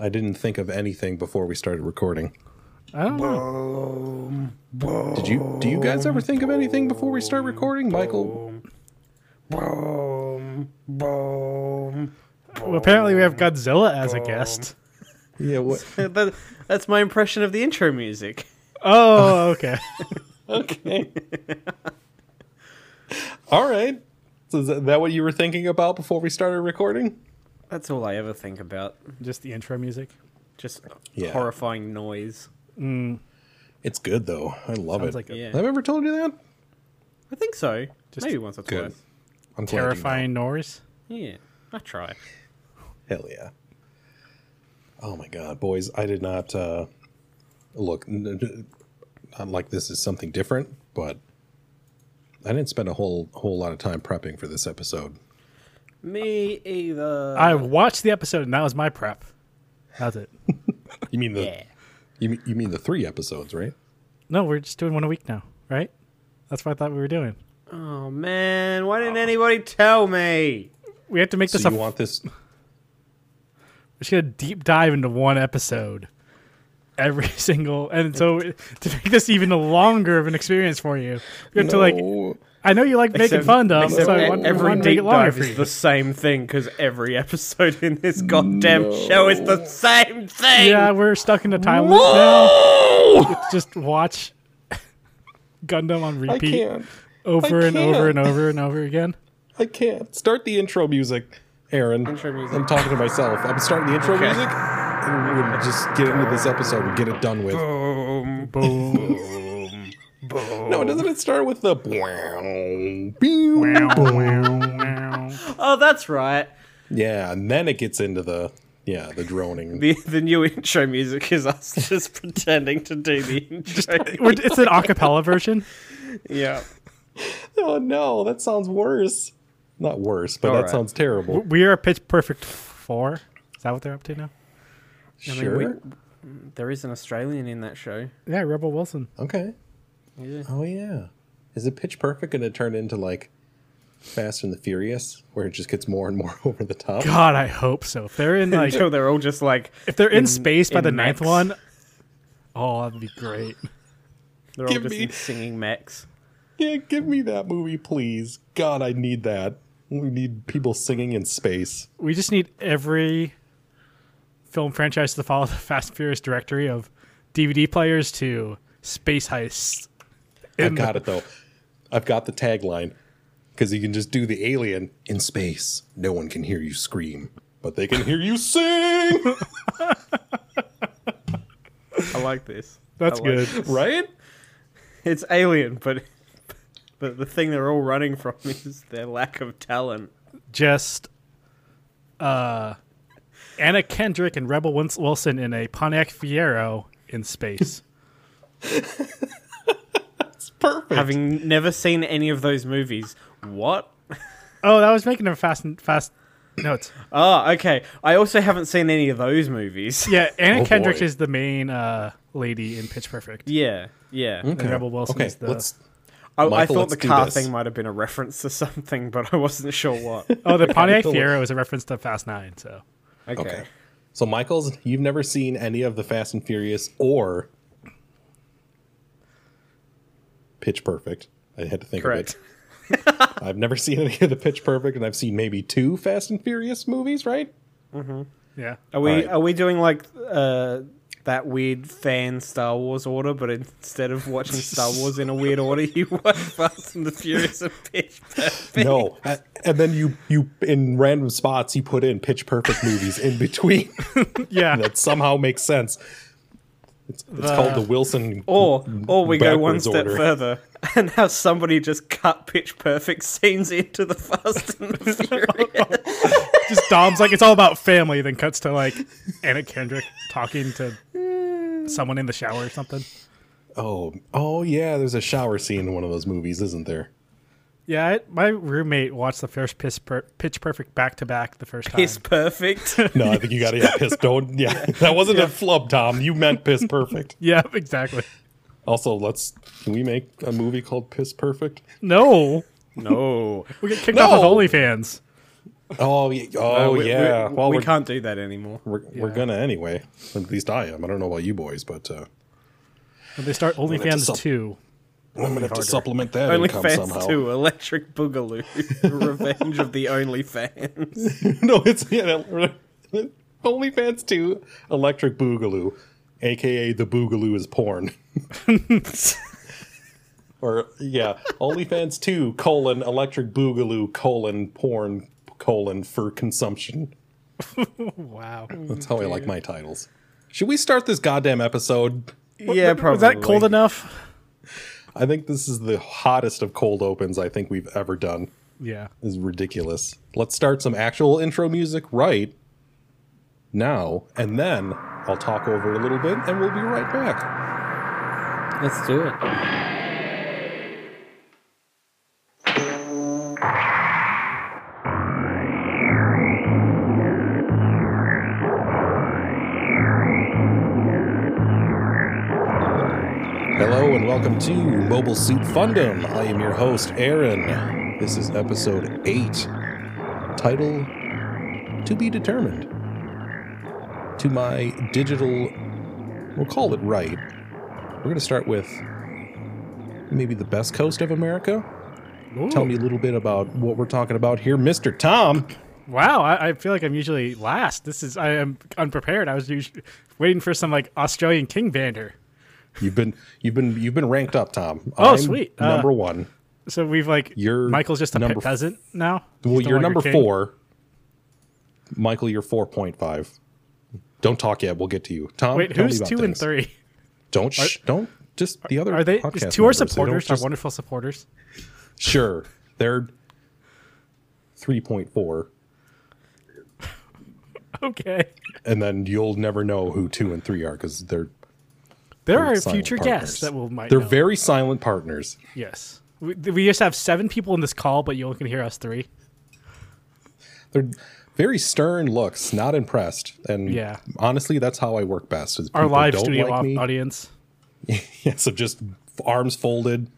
I didn't think of anything before we started recording. I don't know. Boom, boom, Did you? Do you guys ever think of anything before we start recording, Michael? boom, boom. Well, apparently, we have Godzilla as a guest. Yeah. What? that, that's my impression of the intro music. Oh, okay. Okay. All right. So is that what you were thinking about before we started recording? That's all I ever think about. Just the intro music. Just Yeah. horrifying noise. It's good though. I love it. Sounds like a Yeah. Have I ever told you that? I think so. Just Maybe once or good. twice. I'm glad you know. terrifying noise. Yeah, I try. Hell yeah. Oh my god, boys, I did not uh look n- n- not like this is something different, but I didn't spend a whole whole lot of time prepping for this episode. Me either. I watched the episode, and that was my prep. That's it. You mean the yeah. you mean, you mean the 3 episodes, right? No, we're just doing one a week now, right? That's what I thought we were doing. Oh man, why didn't anybody tell me? We have to make So this you a. want this we're just gonna deep dive into one episode, every single. And so to make this even longer of an experience for you, we have to like. No. I know you like making Except- fun of, except so I e- want we every want to make deep it longer dive for you. is the same thing because every episode in this goddamn show is the same thing. Yeah, we're stuck in a time loop now. Let's just watch Gundam on I repeat can't. over I and over can't. and over and over again. I can't. Start the intro music, Aaron. Intro music. I'm talking to myself. I'm starting the intro music. And we'll just get into this episode and get it done with. Oh. Boom. Boom. No, doesn't it start with the Oh, that's right. Yeah, and then it gets into the yeah the droning. The the new intro music is us just pretending to do the intro. We're- it's an acapella version. yeah. oh no, that sounds worse. Not worse, but that Alright. sounds terrible. We are pitch perfect four. Is that what they're up to now? Sure. we- There is an Australian in that show. Yeah, Rebel Wilson. okay. Yeah. Oh yeah. Is it Pitch Perfect going to turn into like Fast and the Furious, where it just gets more and more over the top? God, I hope so. If they're in like Until they're all just like if they're in, space by in the ninth mechs. one, oh, that'd be great. they're all Give just me- in singing mechs. Yeah, give me that movie, please. God, I need that. We need people singing in space. We just need every film franchise to follow the Fast and Furious directory of DVD players to space heists. I In- got it though. I've got the tagline because you can just do the alien in space. No one can hear you scream, but they can hear you sing. I like this. That's I like good. this. right? It's alien, but but the thing they're all running from is their lack of talent. just uh, Anna Kendrick and Rebel Wins- Wilson in a Pontiac Fiero in space. It's perfect. Having never seen any of those movies, what? oh, that was making a fast and fast. No, it's Ah, okay. I also haven't seen any of those movies. yeah. Anna Oh, Kendrick boy. is the main uh, lady in Pitch Perfect. Yeah, yeah. And Rebel Wilson okay, is the. let's. I, I Michael, thought let's the do car this. thing might have been a reference to something, but I wasn't sure what. Oh, the Pontiac cool. Fiero is a reference to Fast Nine. So Okay. Okay. So, Michaels, you've never seen any of the Fast and Furious or Pitch Perfect. I had to think Correct. of it. I've never seen any of the Pitch Perfect, and I've seen maybe two Fast and Furious movies, right? yeah, Are we Alright. are we doing like uh, that weird fan Star Wars order, but instead of watching Star Wars in a weird order, you watch Fast and the Furious and Pitch Perfect? No, A- and then you you in random spots you put in pitch perfect movies in between yeah. that somehow makes sense. It's, it's The- called the Wilson. Or or we go one Backwards step order. further and have somebody just cut Pitch Perfect scenes into the Fast and the Furious. Just Dom's like it's all about family. Then cuts to like Anna Kendrick talking to someone in the shower or something. Oh, oh yeah. There's a shower scene in one of those movies, isn't there? Yeah, I, my roommate watched the first Pitch, per- pitch Perfect back to back the first time. It's perfect. No, I think you got to yeah, piss. Don't yeah. That wasn't a flub, Tom. You meant piss perfect. Yeah, exactly. Also, let's can we make a movie called Piss Perfect? No, no. we get kicked off of No. OnlyFans. Oh, ye- oh we, yeah. We, well, we we are can't do that anymore. We're, we're gonna anyway. At least I am. I don't know about you boys, but uh, When they start have to OnlyFans sup- too. I'm gonna have to supplement that Only income fans somehow. too. Electric Boogaloo, Revenge of the Only Fans. no, it's yeah, OnlyFans too. Electric Boogaloo, aka the Boogaloo is porn. or yeah, OnlyFans two colon Electric Boogaloo colon porn colon for consumption. Wow. That's how I like my titles. Should we start this goddamn episode? yeah, probably. Was that cold enough? I think this is the hottest of cold opens I think we've ever done. Yeah. This is ridiculous. Let's start some actual intro music right now, and then I'll talk over a little bit, and we'll be right back. Let's do it. Hello, and welcome to Mobile Suit Fundum. I am your host, Aaron. This is episode eight. Title to be determined. To my digital, we'll call it right. We're going to start with maybe the best coast of America. Tell Ooh. me a little bit about what we're talking about here, Mr. Tom. Wow, I, I feel like I'm usually last. This is I am unprepared. I was usually waiting for some like Australian king banter. You've been you've been you've been ranked up, Tom. Oh, sweet. Uh, Number one. So we've like You're Michael's just a number pet f- peasant now. Well, He's no you're longer number king. four. Michael, you're four point five. Don't talk yet. We'll get to you, Tom. Wait, tell me who's about two and things. three? Don't shh, don't just the other. Are they podcast is two our members, they don't supporters? Our just- wonderful supporters. Sure, they're three point four, Okay, and then you'll never know who two and three are because they're there are silent future partners. guests that will might. They're know. very silent partners. yes. We, we just have seven people in this call, but you only can hear us three. They're very stern looks, not impressed. And Yeah. honestly, that's how I work best. Is Our people live don't studio like au- me. audience, Yeah, so just f- arms folded,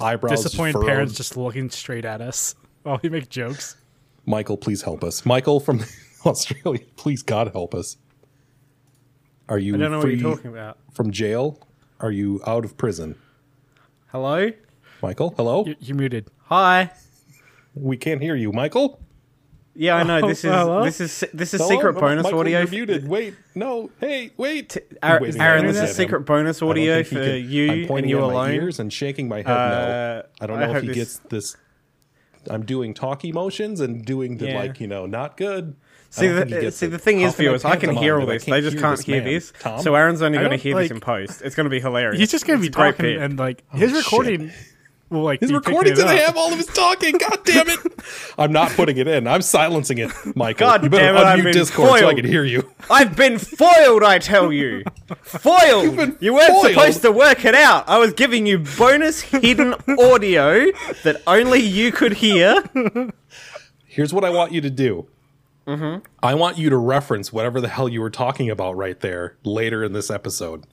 eyebrows disappointed furrowed. parents just looking straight at us while we make jokes. Michael, please help us. Michael from Australia, please God help us. Are you I don't know free what you're talking about. from jail? Are you out of prison? Hello? Michael, hello? You, you muted. Hi. we can't hear you, Michael. Yeah, I know. Oh, this is hello? this is this is Hello? secret Mi- bonus Michael, audio. You're f- muted. Wait, no. Hey, wait. Ar- Waiting Aaron, to this look is at secret him. bonus I don't audio think he for can- I'm you and pointing you at alone. My ears and shaking my head. Uh, no, I don't I know if hope he this- gets this. I'm doing talk emotions and doing the Yeah. like, you know, not good. I See don't think he the, gets see it. the thing How is, viewers, I can pantomime hear all that I this. They just can't hear man? this. Tom, So Aaron's only I going to don't, hear like- this in post. It's going to be hilarious. He's just gonna be It's a great talking, bit. and like his Oh, shit. recording will like his be picking recording it doesn't up. have all of his talking. God damn it! I'm not putting it in. I'm silencing it, Michael. God you better damn it, I've unmute been Discord so I foiled. can hear you. I've been foiled, I tell you. Foiled. been You weren't foiled. supposed to work it out. I was giving you bonus hidden audio that only you could hear. Here's what I want you to do. Mm-hmm. I want you to reference whatever the hell you were talking about right there later in this episode.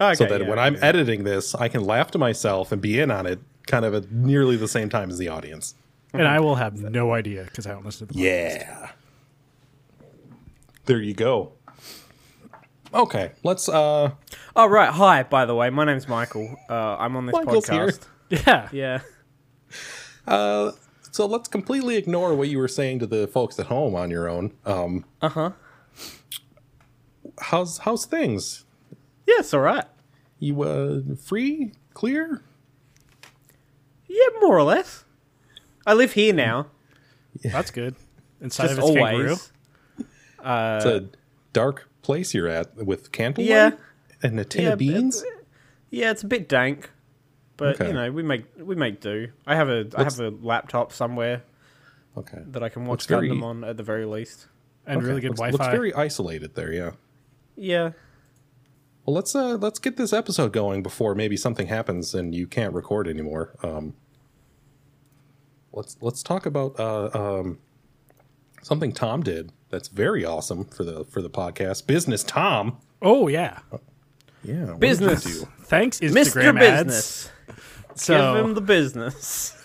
Okay, so that yeah, when yeah. I'm editing this, I can laugh to myself and be in on it kind of at nearly the same time as the audience. and I will have no idea because I don't listen to the. Yeah. There you go. Okay, let's uh Oh right, hi. By the way, my name's Michael. Uh, I'm on this Michael's podcast. Yeah. Yeah, so let's completely ignore what you were saying to the folks at home on your own. Um Uh-huh. How's how's things? yeah, it's all right. You uh free? Clear? Yeah, more or less. I live here Hmm. now, That's good. Inside just of its always. kangaroo. it's a dark place you're at with candlelight Yeah. and a tin Yeah, of beans. but- uh, Yeah, it's a bit dank, but Okay. you know we make we make do. I have a I have a laptop somewhere Okay. that I can watch Looks very- Gundam on at the very least. and really good looks, Wi-Fi. Looks very isolated there, yeah. Yeah, Well, let's uh let's get this episode going before maybe something happens and you can't record anymore. Um Let's let's talk about uh um something Tom did that's very awesome for the for the podcast. Business Tom. oh yeah. Yeah. what did you Business. do? Thanks Instagram Mr. ads. Business, give So him the business.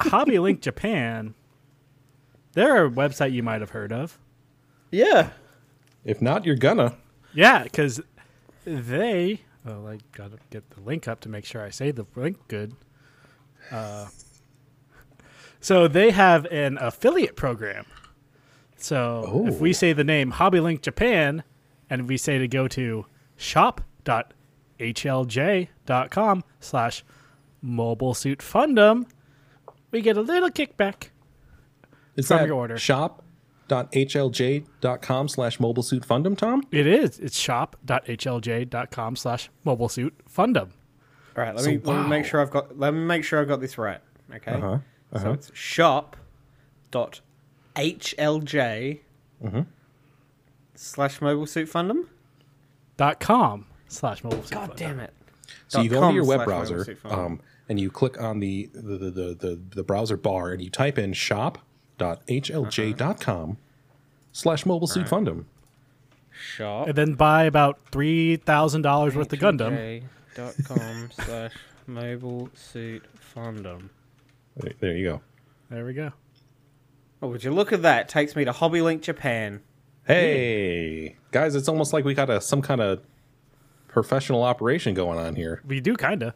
Hobby Link Japan They're a website you might have heard of. Yeah. If not, you're gonna. Yeah, because they. Well, I gotta get the link up to make sure I say the link good. Uh, so they have an affiliate program. So if we Oh. say the name HobbyLink Japan, and we say to go to shop.hlj.com slash mobile suit fundum, we get a little kickback. Is From that your order. shop.hlj.com slash mobile suit fundum, Tom? It is. It's shop.hlj.com slash mobile suit fundum. All right. Let, So, me, let me wow. make sure I've got. Let me make sure I got this right. Okay. Uh-huh, So it's shop. Dot. HLJ. Mm-hmm. Slash mobile suit fundum. dot com slash mobile suit God fundum. damn it. So you Dot go into com your web slash mobile browser suit fundum. um, and you click on the the, the, the, the the browser bar and you type in shop.hlj.com slash mobile suit fundum. shop. and then buy about three thousand dollars worth of Gundam. HLJ.com slash mobile suit fundum. There- There you go. There we go. Oh, would you look at that? Takes me to HobbyLink Japan. Hey, guys, it's almost like we got a some kind of professional operation going on here. We do kind of.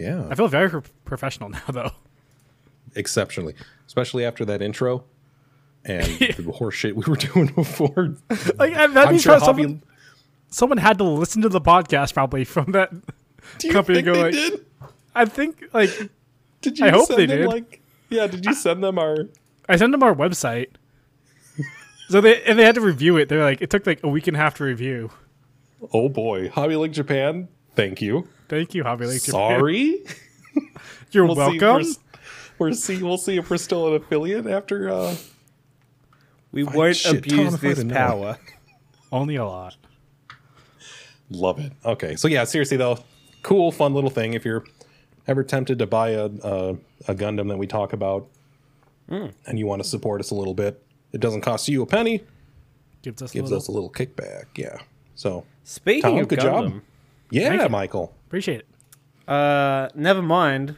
I Yeah, feel very pro- professional now, though. exceptionally, especially after that intro and the horseshit we were doing before. Like and that Mm. I'm means sure Hobby. probably someone, someone had to listen to the podcast probably from that. Do you company think go they like- did? I think like Did you I hope send they them did. like? Yeah, did you send them our? I sent them our website, so they and they had to review it. They're like, it took like a week and a half to review. Oh boy, Hobby Link Japan. Thank you. Thank you, Hobby Lake. Japan. Sorry. you're We'll see if welcome. we're s- We're see. We'll see if we're still an affiliate after. uh We won't shit, Tom, abuse if I this didn't know. power. Only a lot. Love it. Okay, so yeah, seriously though, cool, fun little thing. If you're ever tempted to buy a a, a Gundam that we talk about, Hmm. and you want to support us a little bit, it doesn't cost you a penny. Gives us a Gives little. us a little kickback. Yeah. So Speaking Tom, of good job. Gundam, yeah, you. Michael. Appreciate it. uh, never mind,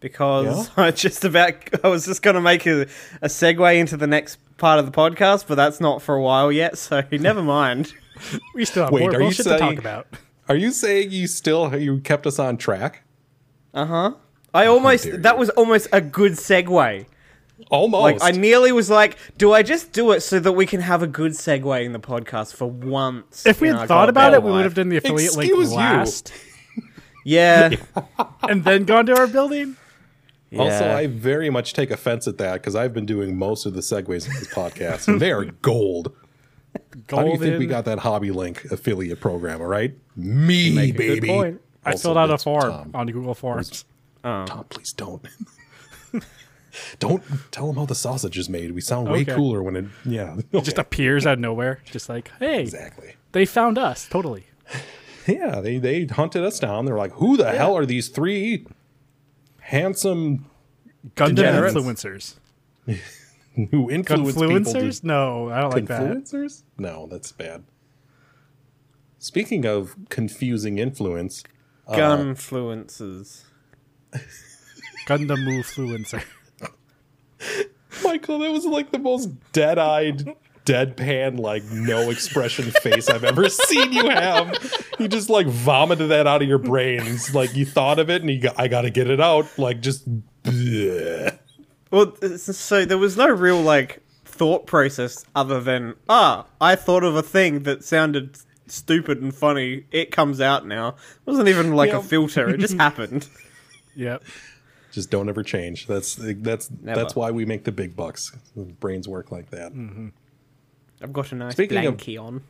because I just about I was just gonna make a, a segue into the next part of the podcast, but that's not for a while yet. So never mind. We still have Wait, more are you bullshit to talk saying- about. Are you saying you still you kept us on track? Uh huh. I almost dare that you. was almost a good segue. Like Almost. I nearly was like, do I just do it so that we can have a good segue in the podcast for once? If we in had our thought about it, goddamn we would have life? done the affiliate link Excuse you. last, Yeah. and then gone to our building. Also, Yeah. I very much take offense at that because I've been doing most of the segues in this podcast, and they are gold. How do you think we Golden. got that Hobby Link affiliate program? All right, me Make a baby. Good point. I Also, filled out a that's form Oh. Tom. on Google Forms. Tom, please don't. don't tell them how the sausage is made. We sound way Okay. cooler when it. Yeah, It just appears out of nowhere. Just like, hey, exactly. they found us. Totally. Yeah, they they hunted us down. They're like, who the hell are these three handsome Gundam Degenerates. influencers. who influence people to Gunfluencers? No, I don't like that. Influencers? No, that's bad. Speaking of confusing influence, Uh. Gun fluences. Gundam influencer. Michael, that was like the most dead-eyed, deadpan, like no expression face I've ever seen you have. You just like vomited that out of your brains. Like you thought of it and you go, I got to get it out. Like just. bleh. Well, th- so there was no real like thought process other than ah, I thought of a thing that sounded s- stupid and funny. It comes out now. It wasn't even like Yeah. a filter. It just happened. Yep. Just don't ever change. That's that's Never. that's why we make the big bucks. Brains work like that. Mm. I've got a nice Speaking of- blankie on.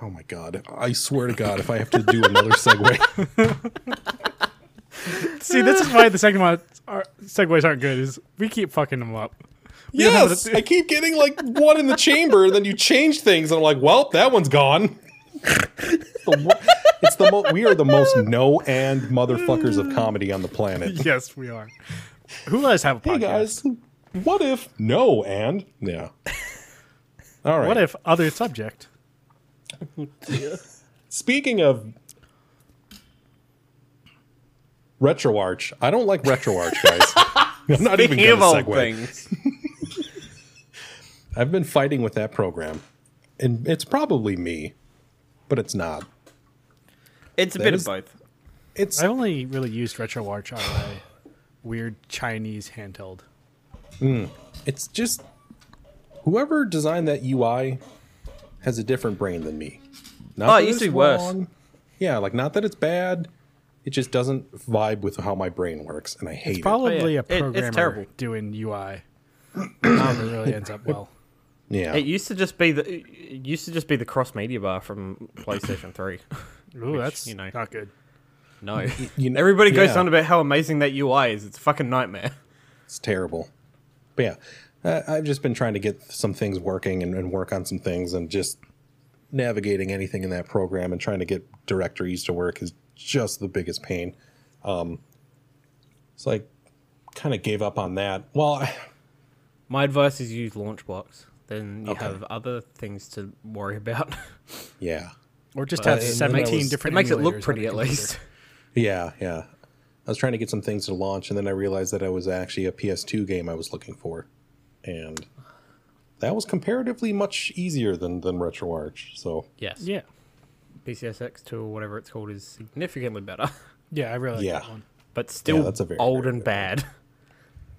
Oh my god! I swear to God, if I have to do another segue. See, this is why the second one our segues aren't good. Is we keep fucking them up. don't have Yes, it up- I keep getting like one in the chamber, and then you change things, and I'm like, well, that one's gone. The wo- it's the mo- we are the most no and motherfuckers of comedy on the planet. Yes, we are. Who let us have a podcast? Hey guys, what if no and yeah? All right. What if other subject? Speaking of RetroArch, I don't like RetroArch, guys. I'm not even Speaking going of to old segue. things, I've been fighting with that program, and it's probably me, but it's not. It's a That bit is- of both. It's I've only really used RetroWatch on a weird Chinese handheld. it's just whoever designed that UI has a different brain than me. Not Oh, it that used to it's be worse. wrong. Yeah, like not that it's bad. It just doesn't vibe with how my brain works, and I hate It's probably a Oh, yeah. It- it's programmer terrible. doing UI. Um, it really ends up well. it. Yeah, It used to just be the it used to just be the cross media bar from PlayStation Three. Ooh, that's you know. not good. No, you know- everybody goes yeah. on about how amazing that UI is. It's a fucking nightmare. it's terrible. But yeah, uh, I've just been trying to get some things working and, and work on some things, and just navigating anything in that program and trying to get directories to work is just the biggest pain. Um, so I kind of gave up on that. Well, My advice is use Launchbox. Then you Okay. have other things to worry about. yeah. Or just But have it- seventeen it was- different. it makes it emulators on look pretty your at computer. least. Yeah, yeah. I was trying to get some things to launch, and then I realized that it was actually a PS2 game I was looking for, and that was comparatively much easier than than RetroArch. So Yes. Yeah, PCSX2 or whatever it's called is significantly better, yeah, I really like Yeah. that one. but still that's a very, old very and bad.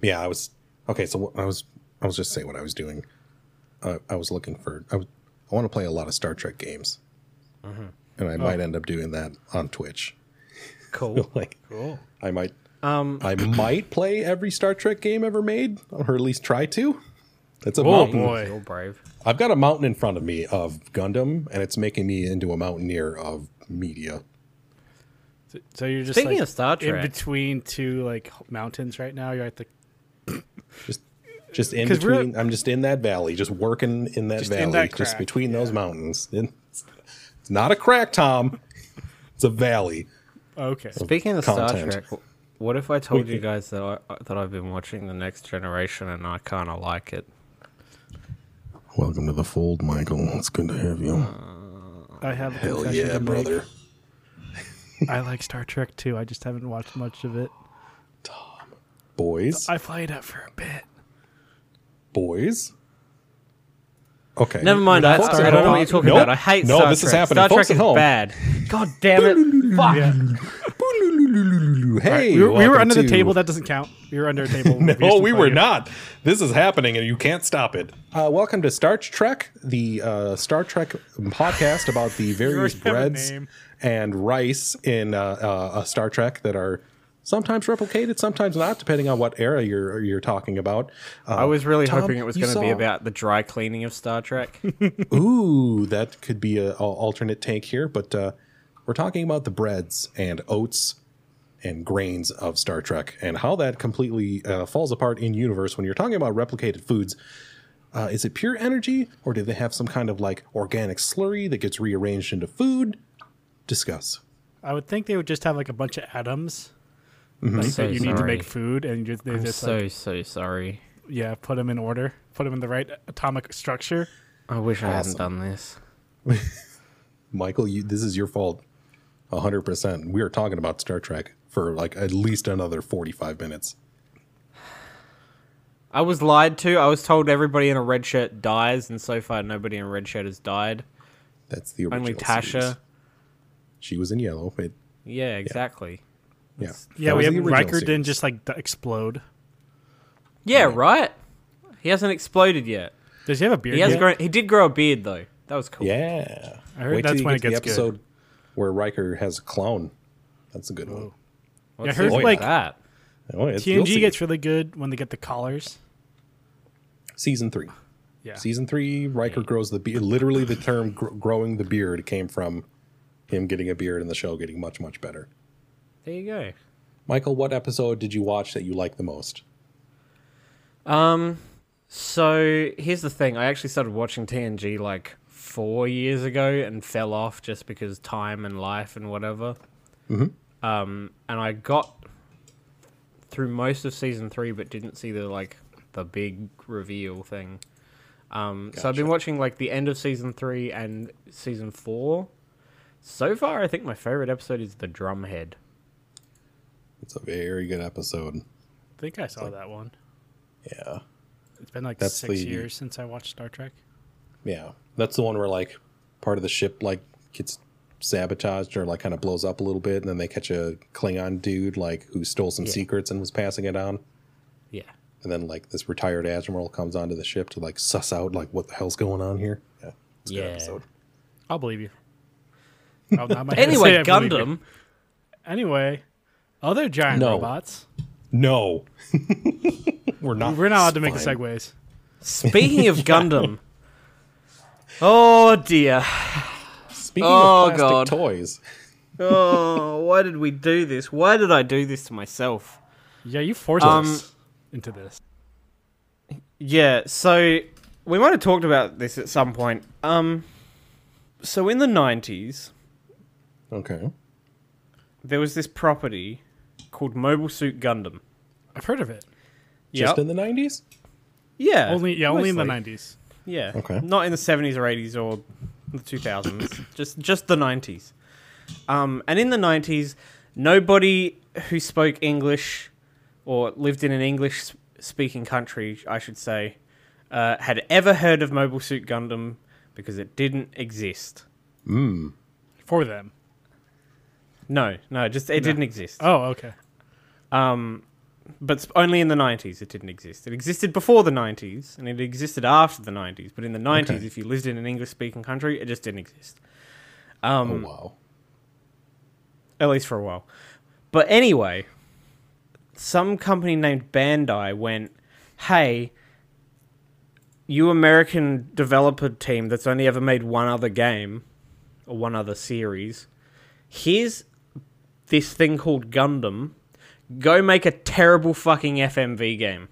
yeah, I was okay. So wh- I was I was just saying what I was doing. Uh, I was looking for I was, I want to play a lot of Star Trek games, Mm-hmm. and I Oh. might end up doing that on Twitch. Cool. like Cool. I might Um, I might play every Star Trek game ever made, or at least try to. That's a Oh mountain. You're boy, brave. I've got a mountain in front of me of Gundam, and it's making me into a mountaineer of media. so you're just Speaking like, of Star Trek, in between two like mountains right now. You're at the Just, just in 'Cause we're- between. I'm just in that valley, just working in that Just in valley, that just crack, between those mountains. It- It's not a crack, Tom. It's a valley. okay. Speaking of content. Star Trek, what if I told We- you guys that I that I've been watching the Next Generation and I kind of like it? Welcome to the fold, Michael. It's good to have you. Oh, I have a Hell confession yeah, to make. brother. I like Star Trek too. I just haven't watched much of it. Boys, I played it for a bit. boys. Okay. Never mind. I, Folks at I don't know home- what you're talking Nope. about. I hate no, Star this Trek. is happening. Star Folks Trek at is home. bad. God damn it! Fuck. Yeah. Hey, we were, we were welcome under the to- table. That doesn't count. We were under a table. We used Oh, to we play were it. not. This is happening, and you can't stop it. Uh, welcome to Star Trek, the uh, Star Trek podcast about the various have a breads name. and rice in uh, uh, uh, Star Trek that are sometimes replicated, sometimes not, depending on what era you're you're talking about. Uh, I was really Tom, hoping it was you going to be saw- about the dry cleaning of Star Trek. ooh, that could be a, a alternate take here, but uh, we're talking about the breads and oats and grains of Star Trek and how that completely uh, falls apart in universe when you're talking about replicated foods. Uh, is it pure energy, or do they have some kind of like organic slurry that gets rearranged into food? Discuss. I would think they would just have like a bunch of atoms I'm like, so that you need to sorry. make food, and you just, they I'm just so like so sorry. yeah, put them in order, put them in the right atomic structure. I wish I hadn't Awesome. done this. Michael, you, this is your fault. 100%. We were talking about Star Trek for like at least another 45 minutes. I was lied to. I was told everybody in a red shirt dies, and so far nobody in a red shirt has died. That's the original. Only series. Tasha. She was in yellow. It, Yeah, exactly. yeah. Yeah, That we was have the original Riker series. didn't just like d- explode. Yeah, right. He hasn't exploded yet. Does he have a beard? He has yet? grown. He did grow a beard though. That was cool. Yeah. I heard that's you when get it to gets good. where Riker has a clone. That's a good one. What's I heard, this with like- that. Oh, it's, you'll TNG see. gets really good when they get the collars. season three. Yeah, Season three, Riker grows the beard. Literally, the term gr- "growing the beard" came from him getting a beard and the show getting much, much better. There you go. Michael, what episode did you watch that you liked the most? Um, so here's the thing. I actually started watching TNG like four years ago and fell off just because time and life and whatever. Mm-hmm. Um, and I got through most of season three, but didn't see the like the big reveal thing. Um, so I've been watching like the end of season three and season four. So far, I think my favorite episode is the Drumhead. It's a very good episode. I think I saw that one. Yeah, It's been like That's six the- years since I watched Star Trek. Yeah, that's the one where like part of the ship like gets sabotaged or like kind of blows up a little bit, and then they catch a Klingon dude like who stole some secrets and was passing it on, Yeah. and then like this retired admiral comes onto the ship to like suss out like what the hell's going on here. Yeah, it's a Yeah. good episode. I'll believe you. I'll nod my head and say Anyway, I believe you. Gundam. Anyway, other giant No. robots. No, we're not. We're not allowed to make the Fine. segues. Speaking of Gundam. Oh dear. Speaking Oh, of plastic God. toys, Oh, why did we do this? Why did I do this to myself? Yeah, you forced Um, us into this. Yeah, so we might have talked about this at some point. Um so in the 90s, okay, there was this property called Mobile Suit Gundam. I've heard of it. just Yep. in the nineties. yeah. Only yeah, only in the mostly. nineties. Yeah. Okay. Not in the seventies or eighties or the two thousands. just just the nineties. Um, and in the nineties, nobody who spoke English or lived in an English speaking country, I should say, uh, had ever heard of Mobile Suit Gundam because it didn't exist. For them. No, no, just it didn't exist. Oh, okay. but sp- only in the 90s it didn't exist. It existed before the 90s and it existed after the 90s, but in the 90s Okay. if you lived in an English speaking country, it just didn't exist. Oh wow, at least for a while. But anyway, some company named Bandai went, "Hey, you American developer team that's only ever made one other game or one other series, here's this thing called Gundam. Go make a terrible fucking FMV game."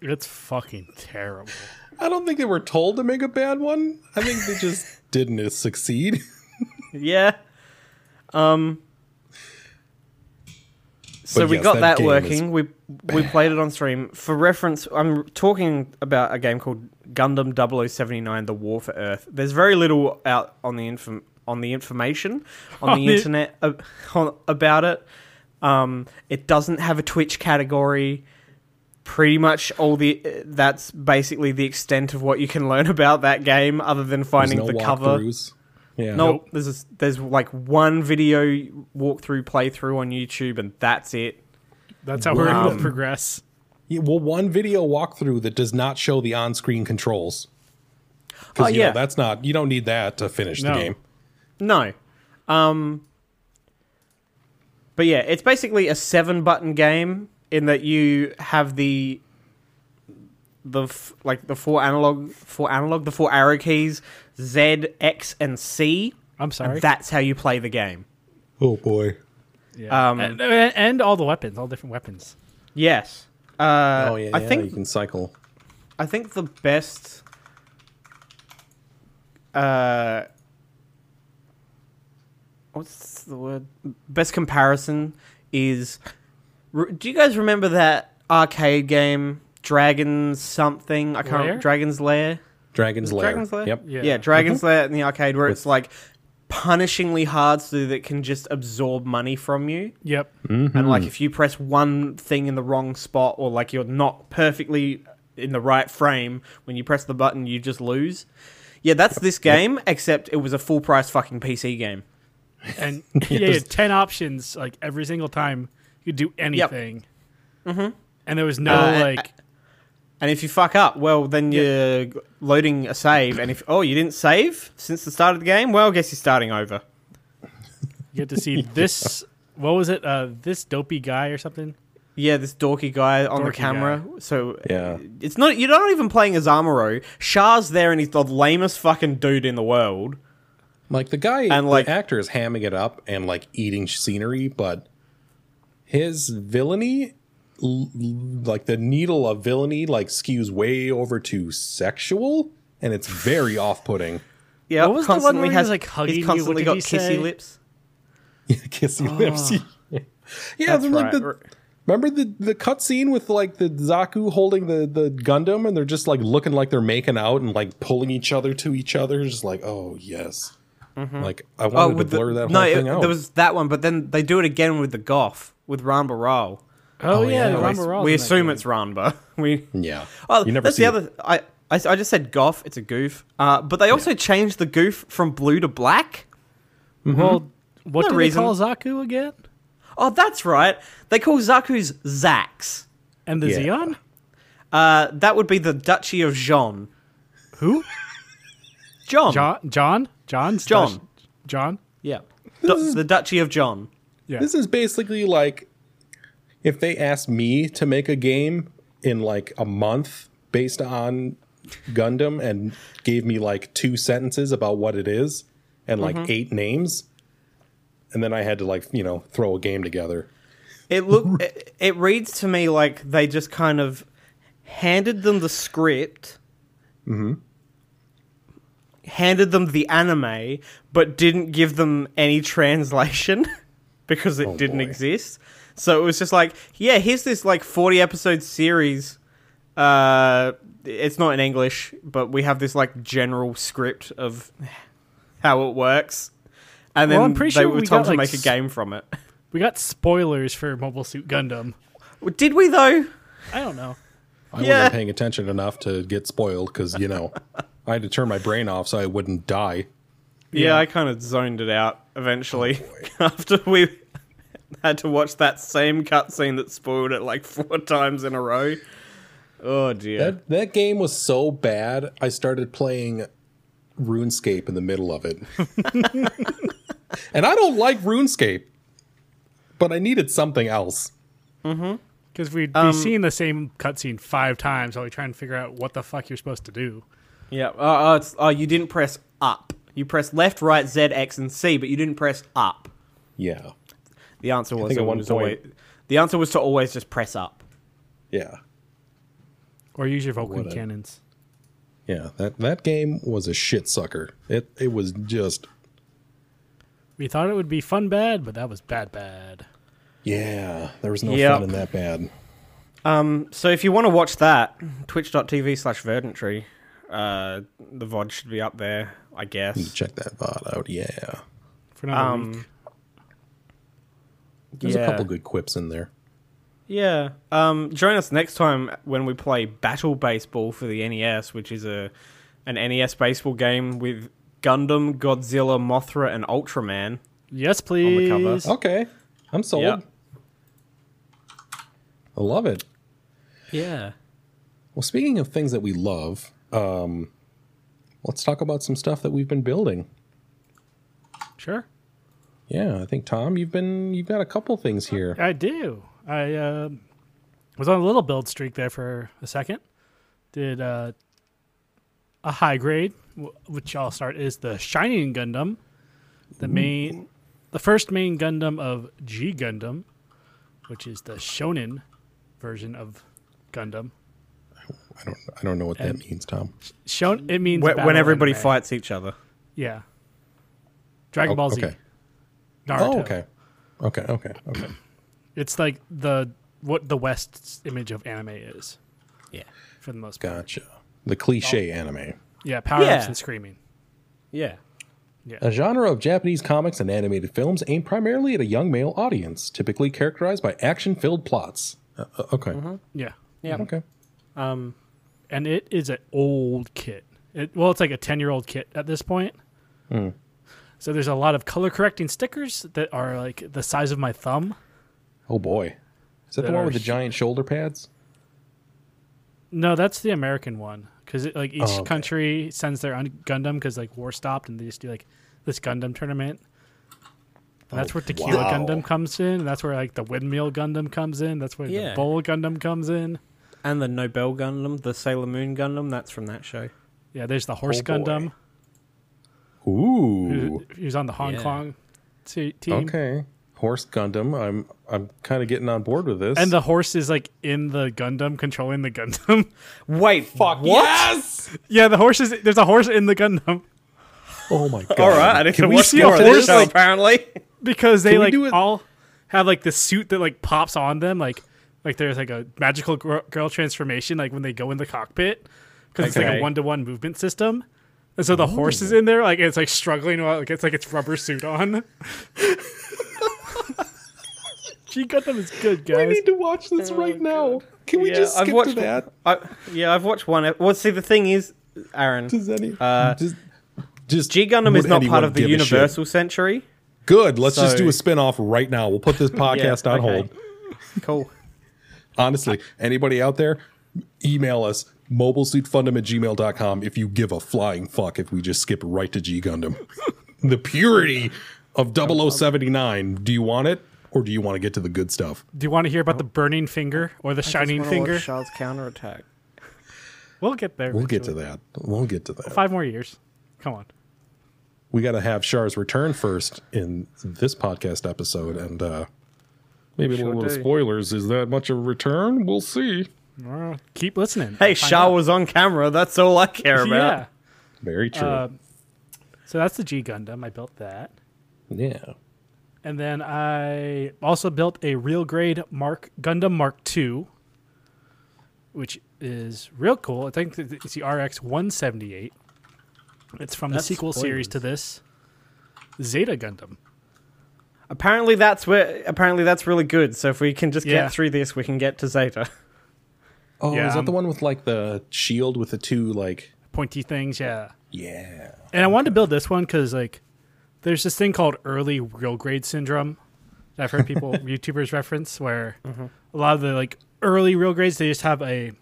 It's fucking terrible. I don't think they were told to make a bad one. I think they just didn't succeed. Yeah. Um so But we yes, got that that, game is working. We we played it on stream. For reference, I'm talking about a game called Gundam 0079: The War for Earth. There's very little out on the inform- on the information on, On the, the- internet ab- on, about it. Um, it doesn't have a Twitch category. Pretty much all the uh, that's basically the extent of what you can learn about that game, other than There's finding no the cover. walkthroughs. Yeah. No, Nope. there's a, there's like one video walkthrough playthrough on YouTube, and that's it. That's how we're gonna Wow. progress. Yeah, well, one video walkthrough that does not show the on-screen controls. Oh, Because you yeah. know, that's not you don't need that to finish No. the game. No, um, but yeah, it's basically a seven button game in that you have the the f- like the four analog four analog the four arrow keys Z X and C. I'm sorry. And that's how you play the game. Oh boy. yeah. um, and, and- and all the weapons, all different weapons. Yes. Uh, oh yeah, I yeah, think you can cycle. I think the best uh what's the word best comparison is r- do you guys remember that arcade game Dragons something I can't Lair? Dragons Lair Dragon's Lair. Dragon's Lair Yep. Mm-hmm. Yeah. yeah, Dragon's Lair in the arcade where it's like punishingly hard so that it can just absorb money from you Yep. and like if you press one thing in the wrong spot or like you're not perfectly in the right frame when you press the button you just lose yeah that's this game except it was a full price fucking pc game And yeah, you had ten options like every single time you could do anything. Mm-hmm. And there was no Uh, like and if you fuck up well then you're loading a save and if oh you didn't save since the start of the game well guess you're starting over you get to see this what was it? Uh this dopey guy or something? yeah this dorky guy on the Dorky camera so Yeah. it's not you're not even playing as amuro shah's there and he's the lamest fucking dude in the world Like the guy And, and like like- the actor is hamming it up and like eating scenery, but his villainy l- l- like the needle of villainy like skews way over to sexual and it's very off-putting. Yeah, What was the one constantly where he has was, like, hugging you? He's What constantly did got he kissy say? lips. kissy lips. yeah, Oh. That's it's like right. the, remember the the cutscene with like the Zaku holding the the Gundam, and they're just like looking like they're making out and like pulling each other to each other, just like oh yes, Mm-hmm. like I wanted to blur that whole Oh, no, it- thing out. there was that one, but then they do it again with the goth with Ramba Rao. Oh, Oh, yeah, yeah. Ranma Raw's we in that assume game. it's Ranba. We Yeah. oh, You never that's see the other. I, I I just said Goff. It's a goof. Uh, but they also changed the goof from blue to black. Well, what Mm-hmm. No do reason. they call Zaku again? Oh, that's right. They call Zaku's Zax. And the Yeah. Xeon? Uh, that would be the Duchy of Jean. Who? John. John? John? John's John. John? Yeah. Du- the Duchy of John. Yeah. This is basically like if they asked me to make a game in like a month based on Gundam and gave me like two sentences about what it is and like eight names, and then I had to like, you know, throw a game together. It look it, it reads to me like they just kind of handed them the script. Handed them the anime, but didn't give them any translation because it didn't boy. exist. So it was just like, yeah, here's this like 40 episode series. Uh, it's not in English, but we have this like general script of how it works. And then Well, I'm pretty they sure were we told got, to like, make a s- game from it. We got spoilers for Mobile Suit Gundam. Did we though? I don't know. I Yeah. wasn't paying attention enough to get spoiled because, you know, I had to turn my brain off so I wouldn't die. Yeah, Yeah. I kind of zoned it out eventually Oh, after we had to watch that same cutscene that spoiled it like four times in a row. Oh dear. That that game was so bad, I started playing RuneScape in the middle of it. and I don't like RuneScape, but I needed something else. Because we'd be seeing the same cutscene five times while we try and figure out what the fuck you're supposed to do. yeah. Oh, oh, it's, oh, you didn't press up. You pressed left, right, Z, X, and C, but you didn't press up. Yeah, The answer was, think at it one was point- always- the answer was to always just press up. yeah, Or use your Vulcan What a- cannons. yeah. That that game was a shit sucker. It it was just We thought it would be fun bad, but that was bad bad. yeah. There was no Yep. fun in that bad. So if you want to watch that, twitch.tv slash verdantry. Uh, the VOD should be up there, I guess. Check that VOD out. Yeah, For another Um, week. there's Yeah. a couple good quips in there. Yeah. Um, join us next time when we play Battle Baseball for the NES, which is a an NES baseball game with Gundam, Godzilla, Mothra, and Ultraman. Yes, the cover. Oh. please. Okay, I'm sold. Yeah. I love it. Yeah. Well, speaking of things that we love, um, let's talk about some stuff that we've been building. Sure. Yeah, I think Tom, you've been you've got a couple things here. I do. I um was on a little build streak there for a second. Did uh, a high grade, w- which I'll start is the Shining Gundam, the main, the first main Gundam of G Gundam, which is the Shonen version of Gundam. I don't I don't know what that means, Tom. Shon it means When, battle everybody anime. fights each other. Yeah. Dragon Oh, Ball Z. okay. Naruto. Oh, okay. Okay, okay, okay. It's like the what the West's image of anime is Yeah. for the most part. Gotcha. The cliche Oh. anime. Yeah, power ups Yeah. and screaming. Yeah. A genre of Japanese comics and animated films aimed primarily at a young male audience, typically characterized by action-filled plots. Uh, uh, okay. Mm-hmm. Yeah. Yeah. Okay. Um, And it is an old kit. It, well, it's like a 10 year old kit at this point. Hmm. So there's a lot of color correcting stickers that are like the size of my thumb. Oh boy. Is that That the one are with the hu- giant shoulder pads? No, that's the American one because like each Oh, okay. country sends their own Gundam because like war stopped and they just do like this Gundam tournament. And that's Oh, where Tequila wow. Gundam comes in. And that's where like the windmill Gundam comes in. That's where Yeah. the Bull Gundam comes in. and the Nobel Gundam, the Sailor Moon Gundam, that's from that show. Yeah, there's the Horse Oh, boy. Gundam Ooh. who, who's on the Hong Yeah. Kong te- team. Okay. Horse Gundam. I'm I'm kind of getting on board with this. And the horse is like in the Gundam, controlling the Gundam. Wait, fuck what? yeah, the horse is. There's a horse in the Gundam Oh my god. All right, I need Can to we watch see a more of horse, this show, like- apparently. because they Can we like do it- all have like this suit that like pops on them, like like there's like a magical gr- girl transformation, like when they go in the cockpit, because it's like Okay. a one to one movement system. And so the horse is in there, like it's like struggling while it gets like its rubber suit on. G Gundam is good, I guys. need to watch this right now. Can we just skip I've watched to that? I, yeah, I've watched one. ep- Well, see, the thing is, Aaron, Does any Uh, just, just G Gundam is would not part anyone of the give a shit? Universal Century. Good. Let's just do So- a spin-off right now. We'll put this podcast on okay. hold. Cool. Honestly, anybody out there, email us mobilesuitfundum at gmail.com if you give a flying fuck if we just skip right to G Gundam. the purity of 0079. Do you want it or do you want to get to the good stuff? Do you want to hear about the burning finger or the shining finger? Child's counterattack. we'll get there. We'll get to eventually. that. We'll get to that. Five more years. Come on. We got to have Shar's return first in this podcast episode and uh maybe a Sure little do. spoilers. Is that much of a return? We'll see. Well, Uh, keep listening. Hey, Find Shah out. was on camera. That's all I care about. Yeah. Very true. Uh, so that's the G Gundam. I built that. yeah. And then I also built a real grade Mark Gundam Mark II, which is real cool. I think that it's the RX 178. It's from That's the sequel series to this Zeta Gundam. Apparently, that's where. Apparently, that's really good. So if we can just Yeah. get through this, we can get to Zeta. Oh, Yeah, is that I'm- the one with like the shield with the two like Pointy things, yeah. yeah. And I wanted to build this one because like there's this thing called early real grade syndrome that I've heard people YouTubers reference where Mm-hmm. a lot of the like early real grades they just have a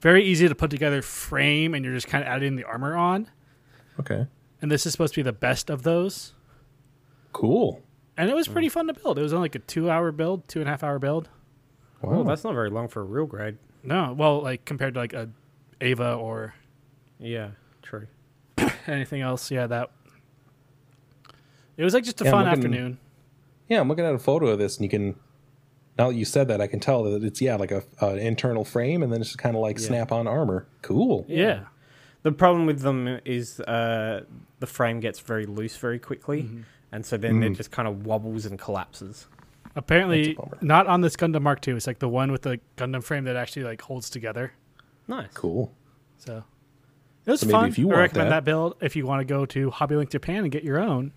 very easy to put together frame and you're just kind of adding the armor on. Okay. And this is supposed to be the best of those. Cool. And it was pretty Mm. fun to build. It was only like a two hour build, two and a half hour build. Wow. Oh, that's not very long for a real grade. No, well, like compared to like a Ava or Yeah, true. anything else. Yeah, that. It was like just a Yeah, I'm fun looking- afternoon. yeah, I'm looking at a photo of this, and you can. Now that you said that, I can tell that it's yeah, like a an internal frame, and then it's just kind of like snap-on armor. Cool. Yeah. The problem with them is uh, the frame gets very loose very quickly, Mm-hmm. and so then it just kind of wobbles and collapses. Apparently, That's a bummer. not on this Gundam Mark II. It's like the one with the Gundam frame that actually like holds together. Nice. Cool. So it was So maybe fun. if you I want recommend that- that. build if you want to go to Hobby Link Japan and get your own.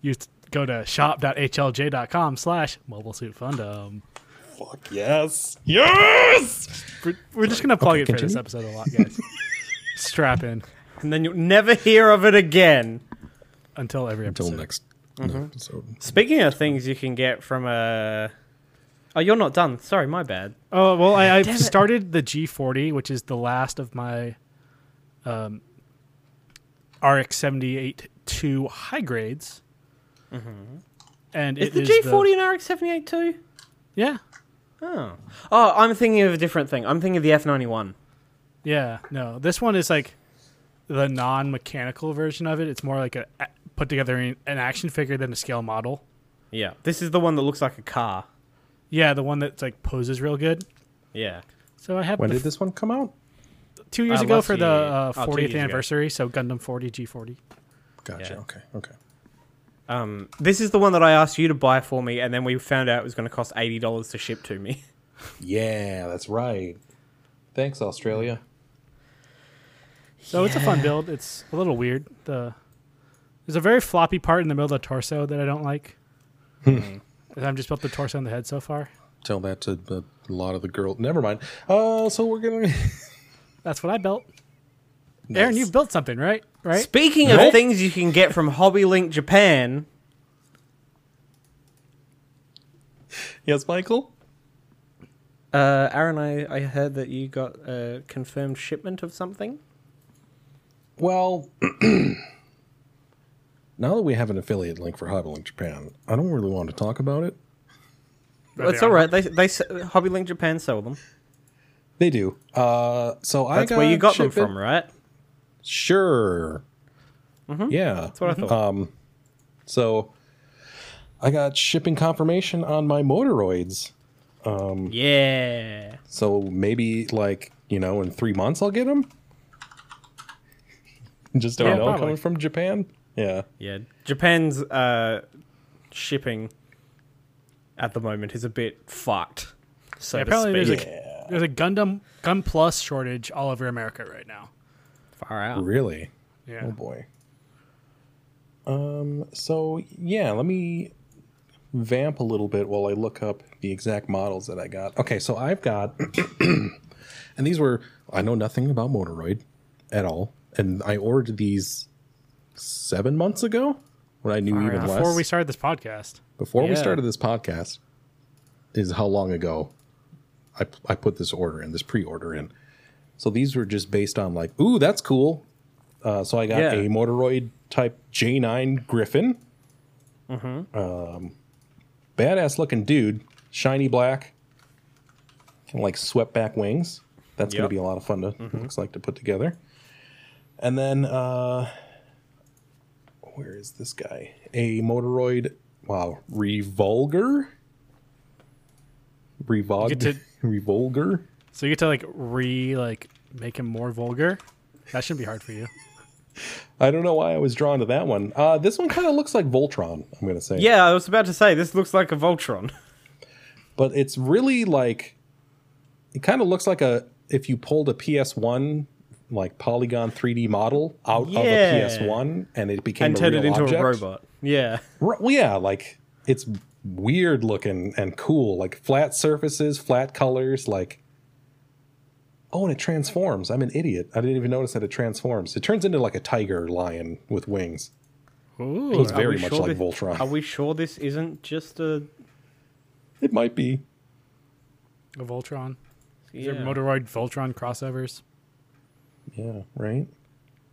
You t- go to shop.hlj.com slash mobile suit fundum. Fuck yes. Yes. We're, we're just gonna plug Okay, it for this continue. episode a lot, guys. Strap in And then you'll never hear of it again. until every episode. Until next episode. Speaking of things you can get from a. Oh, you're not done. Sorry, my bad. Oh well, I, I've Damn it. started the G40, which is the last of my um, RX 78 two high grades. And Mm-hmm. Is it the G40 and RX 78 too? yeah, Oh. Oh, I'm thinking of a different thing. I'm thinking of the F91. yeah. No, this one is like the non-mechanical version of it. It's more like a a- put together an an action figure than a scale model. Yeah. This is the one that looks like a car. Yeah, the one that like poses real good. Yeah. So I have When the did this one come out? f- two years Uh, ago last for the year. uh, Oh, two 40th years ago. anniversary. So Gundam 40 G40. Gotcha. Yeah. Okay. Okay. Um, this is the one that I asked you to buy for me, and then we found out it was going to cost $80 to ship to me. Yeah, that's right. Thanks, Australia. So it's a fun build. It's a little weird. The there's a very floppy part in the middle of the torso that I don't like. And I've just built the torso and the head so far. Tell that to the- a lot of the girls. Never mind. Uh, so we're gonna. That's what I built. Aaron, you built something, right? Right? Speaking Nope. of things you can get from HobbyLink Japan, yes, Michael. uh, Aaron, I, I heard that you got a confirmed shipment of something. Well, now that we have an affiliate link for Hyperlink Japan, I don't really want to talk about it. That's all right. They, they s- HobbyLink Japan sell them. They do. Uh, so I That's where you got them shipment- from, right? Sure. Yeah. That's Mm-hmm. what I thought. Um, so I got shipping confirmation on my Motoroids. Yeah. So maybe like you know, in three months I'll get them. Just don't Yeah, know probably. coming from Japan. Yeah. Yeah. Japan's uh, shipping at the moment is a bit fucked. So Yeah, to apparently there's speak. a there's a Gundam Gun Plus shortage all over America right now. Far out. Really. Yeah. Oh boy. Um. So yeah, let me vamp a little bit while I look up the exact models that I got. Okay, so I've got, and these were I know nothing about Motoroid at all, and I ordered these seven months ago when I knew even before less we started this podcast. before we Yeah. started this podcast is how long ago I, I put this order in this pre-order in so these were just based on like ooh that's cool uh, so i got Yeah. a motoroid type j9 griffin um, Mm-hmm. badass looking dude shiny black kind of like swept back wings that's going Yep. Mm-hmm. to be a lot of fun to looks like to put together and then uh, where is this guy? A Motoroid. Wow, Revolger. Revog. Get to- Revolger. So you get to like re like make him more vulgar. That shouldn't be hard for you. I don't know why I was drawn to that one. Uh, this one kind of looks like Voltron. I'm gonna say. Yeah, I was about to say this looks like a Voltron. But it's really like. It kind of looks like a if you pulled a PS1 like polygon 3D model out of Yeah. a PS1 and it became and a turn real it into object. a robot. Yeah. Ro- Well, yeah, like it's weird looking and cool, like flat surfaces, flat colors, like. Oh, and it transforms. I'm an idiot. I didn't even notice that it transforms. It turns into like a tiger lion with wings. Ooh, Looks Are very we much sure like thi- Are Voltron. we sure this isn't just a? It might be. a Voltron. Is Yeah. there Motoroid Voltron crossovers? Yeah, right?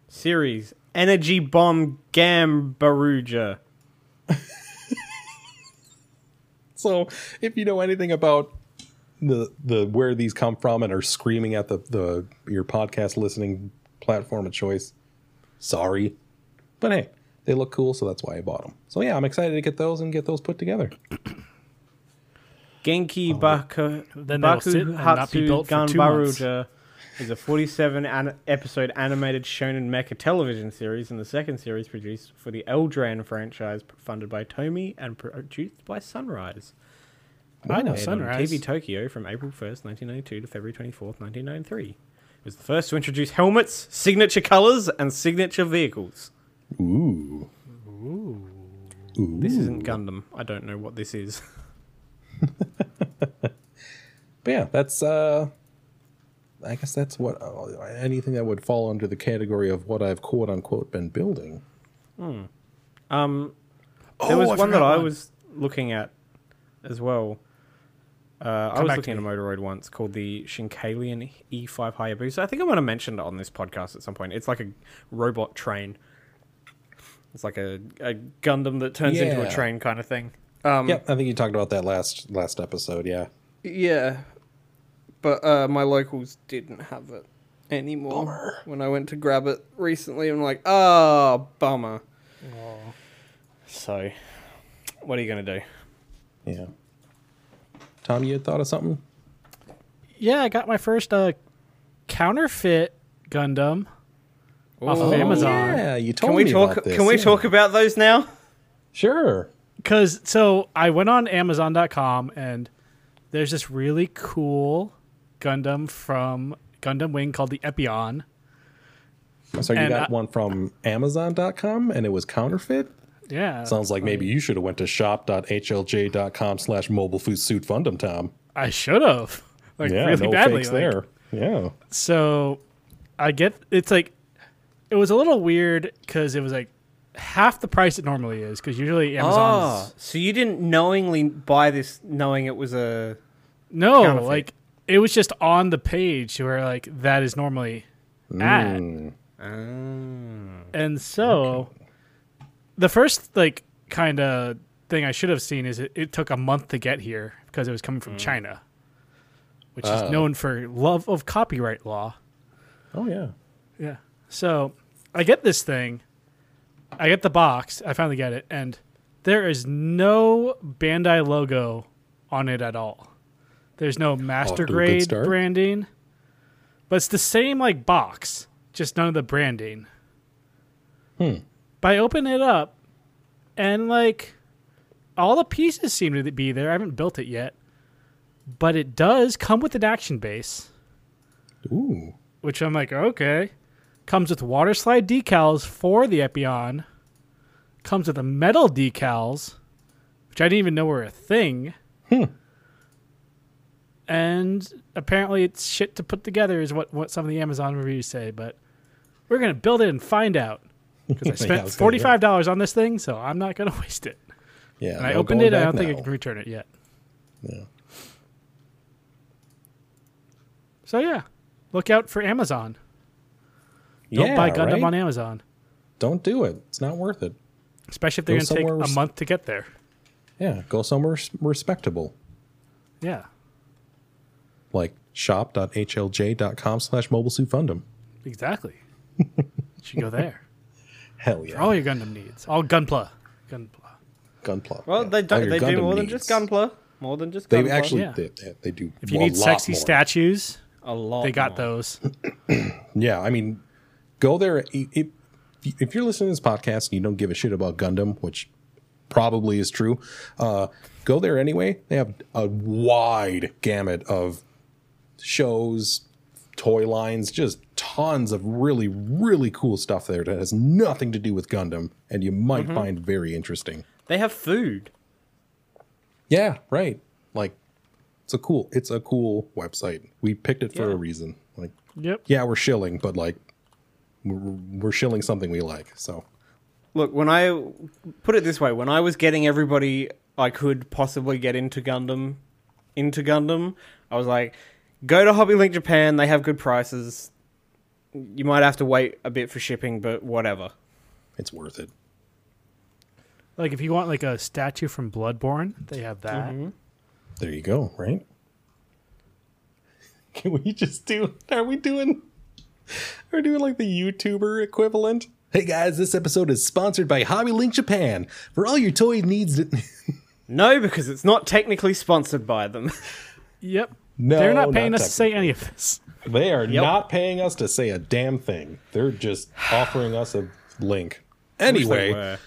series energy bomb gambaruja. So if you know anything about the the where these come from and are screaming at the, the your podcast listening platform of choice, sorry. But hey, they look cool, so that's why I bought them. So yeah, I'm excited to get those and get those put together. Genki Baku, Then they will Baku sit and not be Hatsu built for two months. Ganbaruja is a 47 an- episode animated shonen mecha television series and the second series produced for the Eldran franchise funded by Tomy and produced by Sunrise. I know Aired Oh, Sunrise. On TV Tokyo from April 1st, 1992 to February 24th, 1993. It was the first to introduce helmets, signature colors, and signature vehicles. Ooh. Ooh. This isn't Gundam. I don't know what this is. But yeah, that's uh I guess that's what uh, anything that would fall under the category of what I've quote unquote been building. Um, there was I one that forgot I one. was looking at as well. Uh, I Come was back to looking at a me. Motoroid once called the Shinkalian E5 Hayabusa. I think I want to mention it on this podcast at some point. It's like a robot train. It's like a, a Gundam that turns into Yeah. a train kind of thing. Um, Yep, I think you talked about that last last episode, yeah. Yeah, but uh, my locals didn't have it anymore. When I went to grab it recently, I'm like, ah, bummer. So, what are you gonna do? Yeah. Tom, you had thought of something? Yeah, I got my first uh, counterfeit Gundam off of Ooh. Oh, Amazon. Oh, Yeah, you told Can we me talk? about this. Can we yeah. talk about those now? Sure. Cause so I went on Amazon.com and there's this really cool Gundam from Gundam Wing called the Epion. So you And uh, got I- one from Amazon.com and it was counterfeit. Yeah, Sounds like maybe you should have went to shop.hlj.com slash mobile food suit fundum, Tom. I should have like Yeah, really no badly. fakes like- there. Yeah. So I get it's like it was a little weird because it was like half the price it normally is because usually Ah. Amazon's Ah, so you didn't knowingly buy this, knowing it was a no Counterfeit. like it was just on the page where like that is normally at. And so the first like kind of thing I should have seen is it, it took a month to get here because it was coming from China, which Oh. is known for love of copyright law. Oh yeah. Yeah. So I get this thing. I get the box. I finally get it. And there is no Bandai logo on it at all. There's no to master a good grade start. branding. But it's the same like box, just none of the branding. Hmm. Hmm. But I open it up and like all the pieces seem to be there. I haven't built it yet. But it does come with an action base Ooh. which I'm like, okay. Comes with water slide decals for the Epion. Comes with the metal decals, which I didn't even know were a thing. Hmm. And apparently, it's shit to put together, is what, what some of the Amazon reviews say. But we're gonna build it and find out because I Yeah, spent I was gonna forty go- five dollars on this thing, so I'm not gonna waste it. Yeah, And I no opened going it. I back don't think I now. can return it yet. Yeah. So yeah, look out for Amazon. Don't buy Yeah, Gundam right? on Amazon, Don't do it. It's not worth it. especially if they're Go gonna take somewhere a res- month to get there. Yeah, go somewhere s- respectable, Yeah, like shop.hlj.com slash mobile suit fundum. exactly. you should go there. Hell yeah. for all your Gundam needs. All Gunpla. Gunpla. Gunpla. Well, yeah. they Oh, All Oh, your do, they do Gundam more than needs. just Gunpla. More than just Gunpla. They actually Yeah. they, they- they do. If you a need lot sexy more. statues, a lot. they got more. those. Yeah, I mean, go there. i- i- If you're listening to this podcast and you don't give a shit about Gundam, which probably is true, uh, go there anyway. They have a wide gamut of shows, toy lines, just tons of really, really cool stuff there that has nothing to do with Gundam, and you might Mm-hmm. find very interesting. They have food. Yeah, right. Like, it's a cool, it's a cool website. We picked it for a reason. Like, Yep. yeah, we're shilling, but like we're, we're shilling something we like. So Look, when I put it this way, when I was getting everybody I could possibly get into Gundam, into Gundam, I was like, go to Hobby Link Japan. They have good prices. You might have to wait a bit for shipping, but whatever. it's worth it. Like if you want like a statue from Bloodborne, they have that. Mm-hmm. There you go. Right? Can we just do? Are we doing? Are we doing like the YouTuber equivalent? Hey guys, this episode is sponsored by Hobby Link Japan for all your toy needs. No, because it's not technically sponsored by them. Yep. No, They're not paying not us to say any of this. They are not paying us to say a damn thing. They're just offering us a link. Anyway,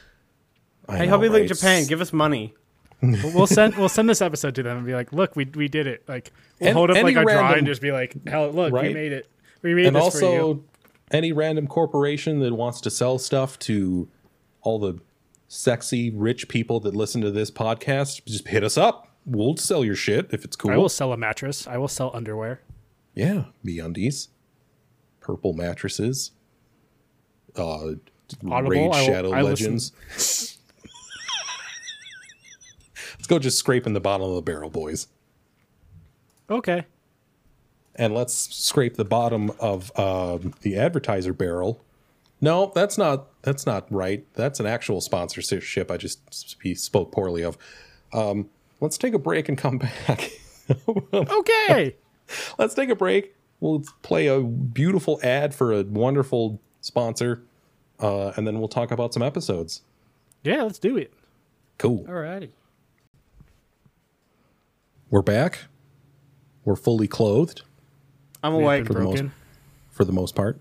I hey, know, Hobby Link right? Japan, give us money. But we'll send we'll send this episode to them and be like, look, we we did it. Like we'll And hold up any like our drawing random- and just be like, hell, look, we Right? made it. We made and this also for you. any random corporation that wants to sell stuff to all the sexy rich people that listen to this podcast just hit us up we'll sell your shit if it's cool I will sell a mattress. I will sell underwear. yeah me undies purple mattresses uh Audible, raid I will- shadow I listen. legends let's go just scraping the bottom of the barrel boys Okay. and let's scrape the bottom of um, the advertiser barrel. No, that's not that's not right. That's an actual sponsorship. I just sp- spoke poorly of. Um, let's take a break and come back. Okay. let's take a break. We'll play a beautiful ad for a wonderful sponsor, uh, and then we'll talk about some episodes. yeah, let's do it. Cool. Alrighty. We're back. We're fully clothed I'm awake. Been the most- broken. for the most part.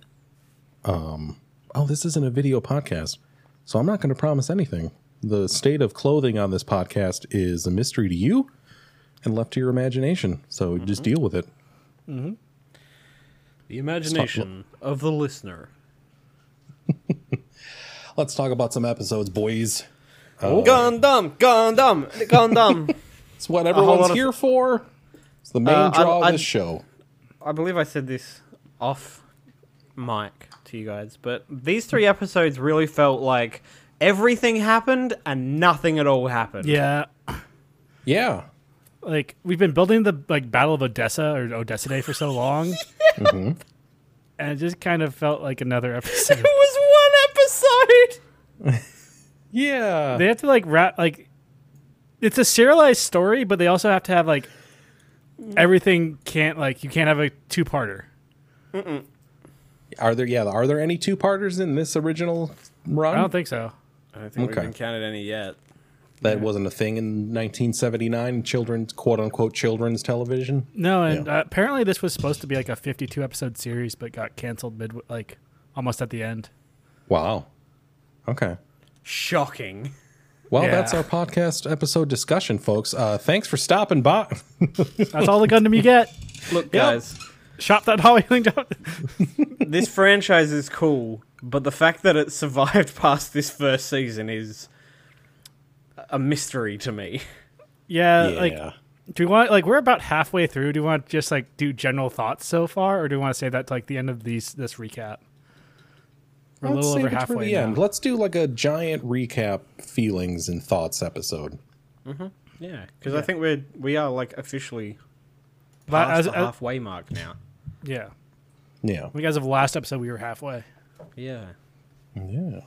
Um, oh, this isn't a video podcast, so I'm not going to promise anything. The state of clothing on this podcast is a mystery to you and left to your imagination. So Mm-hmm. just deal with it. The imagination of the listener. Let's talk about some episodes, boys. Gundam, Gundam, Gundam. It's what Uh, lot everyone's of- here for. It's the main Uh, I- draw I- of this show. I believe I said this off mic to you guys, but these three episodes really felt like everything happened and nothing at all happened. Yeah. Yeah. like we've been building the like Battle of Odessa or Odessa Day for so long, Mm-hmm. and it just kind of felt like another episode. It was one episode. Yeah. they have to like wrap like it's a serialized story, but they also have to have like everything can't like you can't have a two parter. are there yeah, are there any two-parters in this original run? I don't think so. I don't think Okay. we've encountered any yet. that wasn't a thing in 1979 children's quote-unquote children's television. No, and uh, apparently this was supposed to be like a fifty-two episode series, but got canceled mid like almost at the end. Wow. Okay. Shocking. Well, Yeah. that's our podcast episode discussion, folks. Uh, thanks for stopping by. That's all the Gundam you get. Look, guys, Shop that Holly Link. this franchise is cool, but the fact that it survived past this first season is a mystery to me. Yeah, yeah. like do we want like we're about halfway through. Do you want to just like do general thoughts so far, or do you want to say that to like the end of these this recap? We're a little save over it for halfway the now. end. Let's do like a giant recap, feelings and thoughts episode. Yeah, because I think we're we are like officially La- past as- the as- halfway mark now. yeah, Yeah. because of last episode, we were halfway. Yeah. Yeah.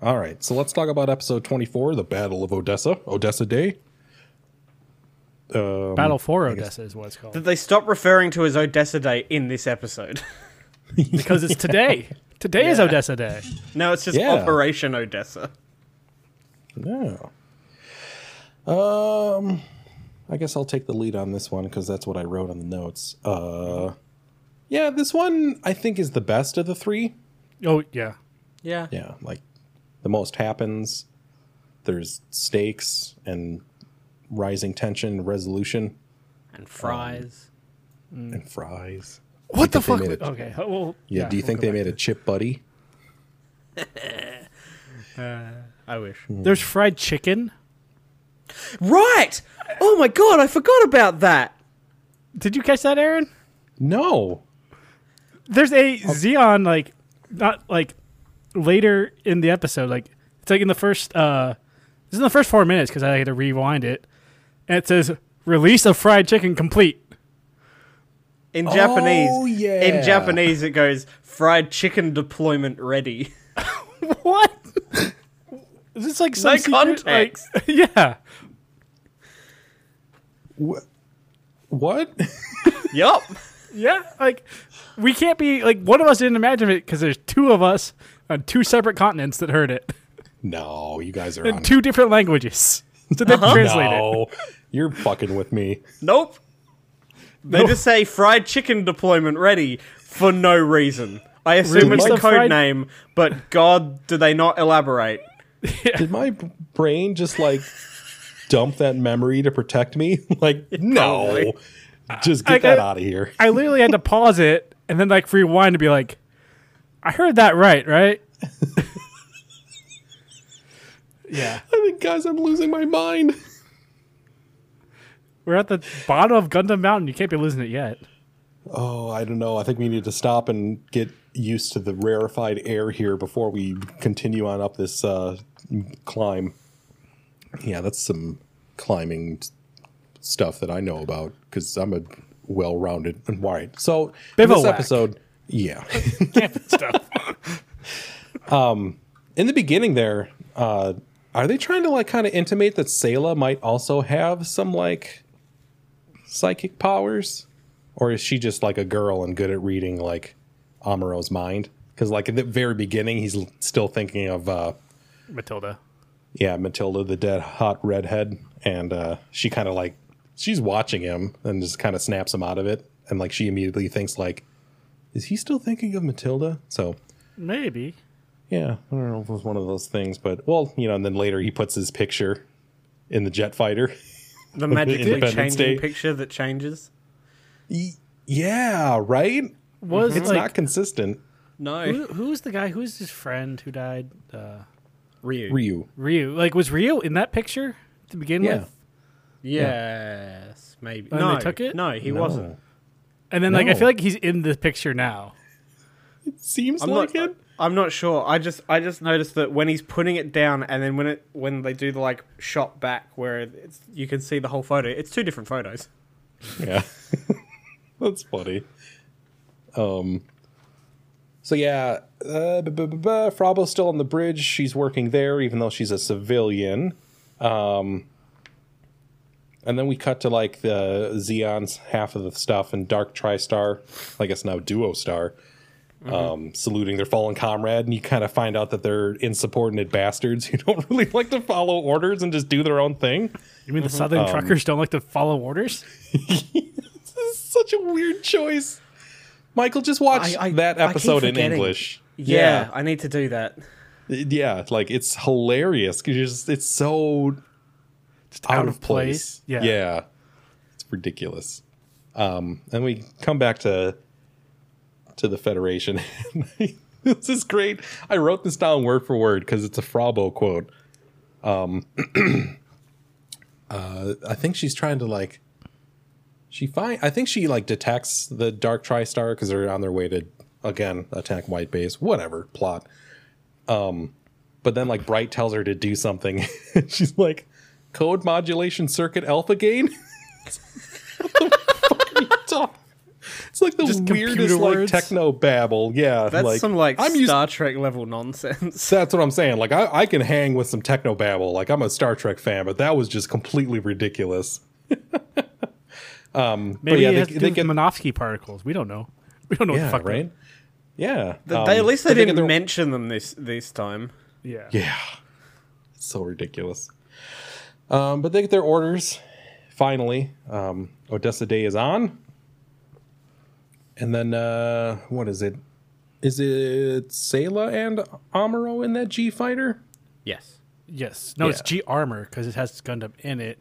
All right. So let's talk about episode 24, the Battle of Odessa, Odessa Day. Um, Battle for Odessa is what it's called Did they stop referring to as Odessa Day in this episode? because it's today. Today is Yeah. Odessa Day. no, it's just Yeah. Operation Odessa. Yeah. Um, I guess I'll take the lead on this one because that's what I wrote on the notes. Uh, yeah, this one I think is the best of the three. Oh yeah, Yeah. Yeah, like the most happens. There's stakes and rising tension, resolution, And fries. and fries. What the think they fuck? made would- it- Okay. oh, Well, Yeah, do you we'll think go they made a chip buddy? Um, I wish. back. There's fried chicken. Right! Oh my god, I forgot about that. Did you catch that, Aaron? No. There's a Xeon like not like later in the episode. Like it's like in the first uh, this is in the first four minutes because I had to rewind it. And it says release of fried chicken complete. In Japanese. Oh, yeah. In Japanese it goes fried chicken deployment ready. What? Is this like some No secret, like- context. yeah. Wh- what? yup. Yeah, like we can't be like one of us didn't imagine it because there's two of us on two separate continents that heard it no, you guys are in on. two different languages. So they translate it. no, you're fucking with me. Nope. They just say fried chicken deployment ready for no reason. I assume Really? it's a Like code fried- name, but god do they not elaborate. Did my b- brain just like dump that memory to protect me? Like, no. Just get I- that I- out of here. I literally had to pause it and then like rewind to be like, I heard that right, right? yeah, I think, guys, I'm losing my mind. we're at the bottom of Gundam Mountain. You can't be losing it yet. Oh, I don't know. I think we need to stop and get used to the rarefied air here before we continue on up this uh, climb. Yeah, that's some climbing s- stuff that I know about because I'm a well-rounded and wide. So in this Bivouac. episode, yeah. Stuff. Um, in the beginning there uh are they trying to like kind of intimate that Selah might also have some like psychic powers or is she just like a girl and good at reading like Amaro's mind cuz like in the very beginning he's l- still thinking of uh Matilda. yeah Matilda the dead hot redhead and uh she kind of like she's watching him and just kind of snaps him out of it and like she immediately thinks like is he still thinking of Matilda so Maybe. yeah, I don't know if it was one of those things, but well, you know, and then later he puts his picture in the jet fighter. The magically Independence changing Day. picture that changes. yeah, right? Was It's like not consistent. No. who, who was the guy? Who was his friend who died? Uh, Ryu. Ryu. Ryu. Like, was Ryu in that picture to begin Yeah. with? Yes, maybe. And no, they took it? No, he No. wasn't. And then, like, I No. feel like he's in the picture now. Seems I'm like not. it. I'm not sure. I just I just noticed that when he's putting it down, and then when it when they do the like shot back where it's you can see the whole photo. It's two different photos. Yeah. That's funny. Um so yeah, uh, bu- bu- bu- bu- Frabo's still on the bridge. She's working there, even though she's a civilian. Um, and then we cut to like the Xeon's half of the stuff and Dark TriStar, I guess now Duo Star, um, saluting their fallen comrade. And you kind of find out that they're insubordinate bastards who don't really like to follow orders and just do their own thing. You mean the Mm-hmm. Southern Um, truckers don't like to follow orders? This is such a weird choice. Michael, just watch I- I- that I keep episode in forgetting. English. Yeah, I need to do that. yeah, It- yeah, like it's hilarious because you're just it's so Just out, of place. Yeah. yeah, it's ridiculous. Um, and we come back to to the Federation. this is great. I wrote this down word for word because it's a Frabo quote. Um, uh, I think she's trying to like. She find I think she like detects the Dark TriStar because they're on their way to again attack White Base. Whatever plot. Um, but then like Bright tells her to do something. she's like, code modulation circuit alpha gain. what the fuck are you talking? It's like the Just computer weirdest like words? techno babble. Yeah, That's some like I'm used Star Trek level nonsense. that's what I'm saying. Like I, I can hang with some techno babble. Like I'm a Star Trek fan, but that was just completely ridiculous. Maybe yeah, it they- has to they do with get- Minovsky particles. We don't know. We don't know Yeah, what the fuck. right. Yeah. um, they, at least they but didn't get their- mention them this this time. Yeah. Yeah. It's so ridiculous. Um, but they get their orders finally. Um, Odessa Day is on. And then uh, what is it? Is it Sela and Amuro in that G fighter? Yes. Yes. No, it's Yeah. G armor because it has Gundam in it.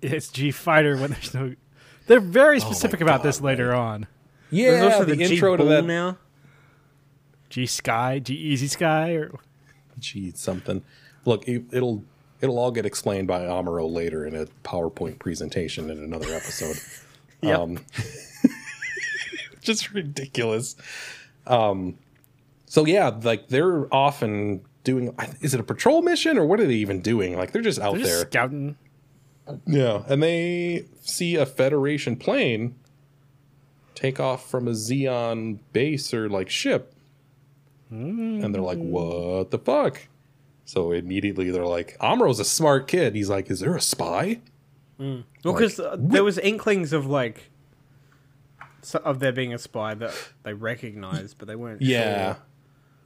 It's G fighter when there's no. They're very specific about Oh God, this later on. Yeah, There's also the, the, intro to G-Ball that now. G sky, G easy sky, or G something. Look, it, it'll it'll all get explained by Amuro later in a PowerPoint presentation in another episode. Um, Yep. just ridiculous. Um, so yeah, like they're often doing. I- Is it a patrol mission or what are they even doing? Like they're just out they're there. just scouting. Yeah, and they see a Federation plane take off from a Xeon base or like ship. And they're like, what the fuck? So immediately they're like, Amro's a smart kid. He's like, is there a spy? Well, because there was inklings of like so, of there being a spy that they recognized, but they weren't. Yeah. sure.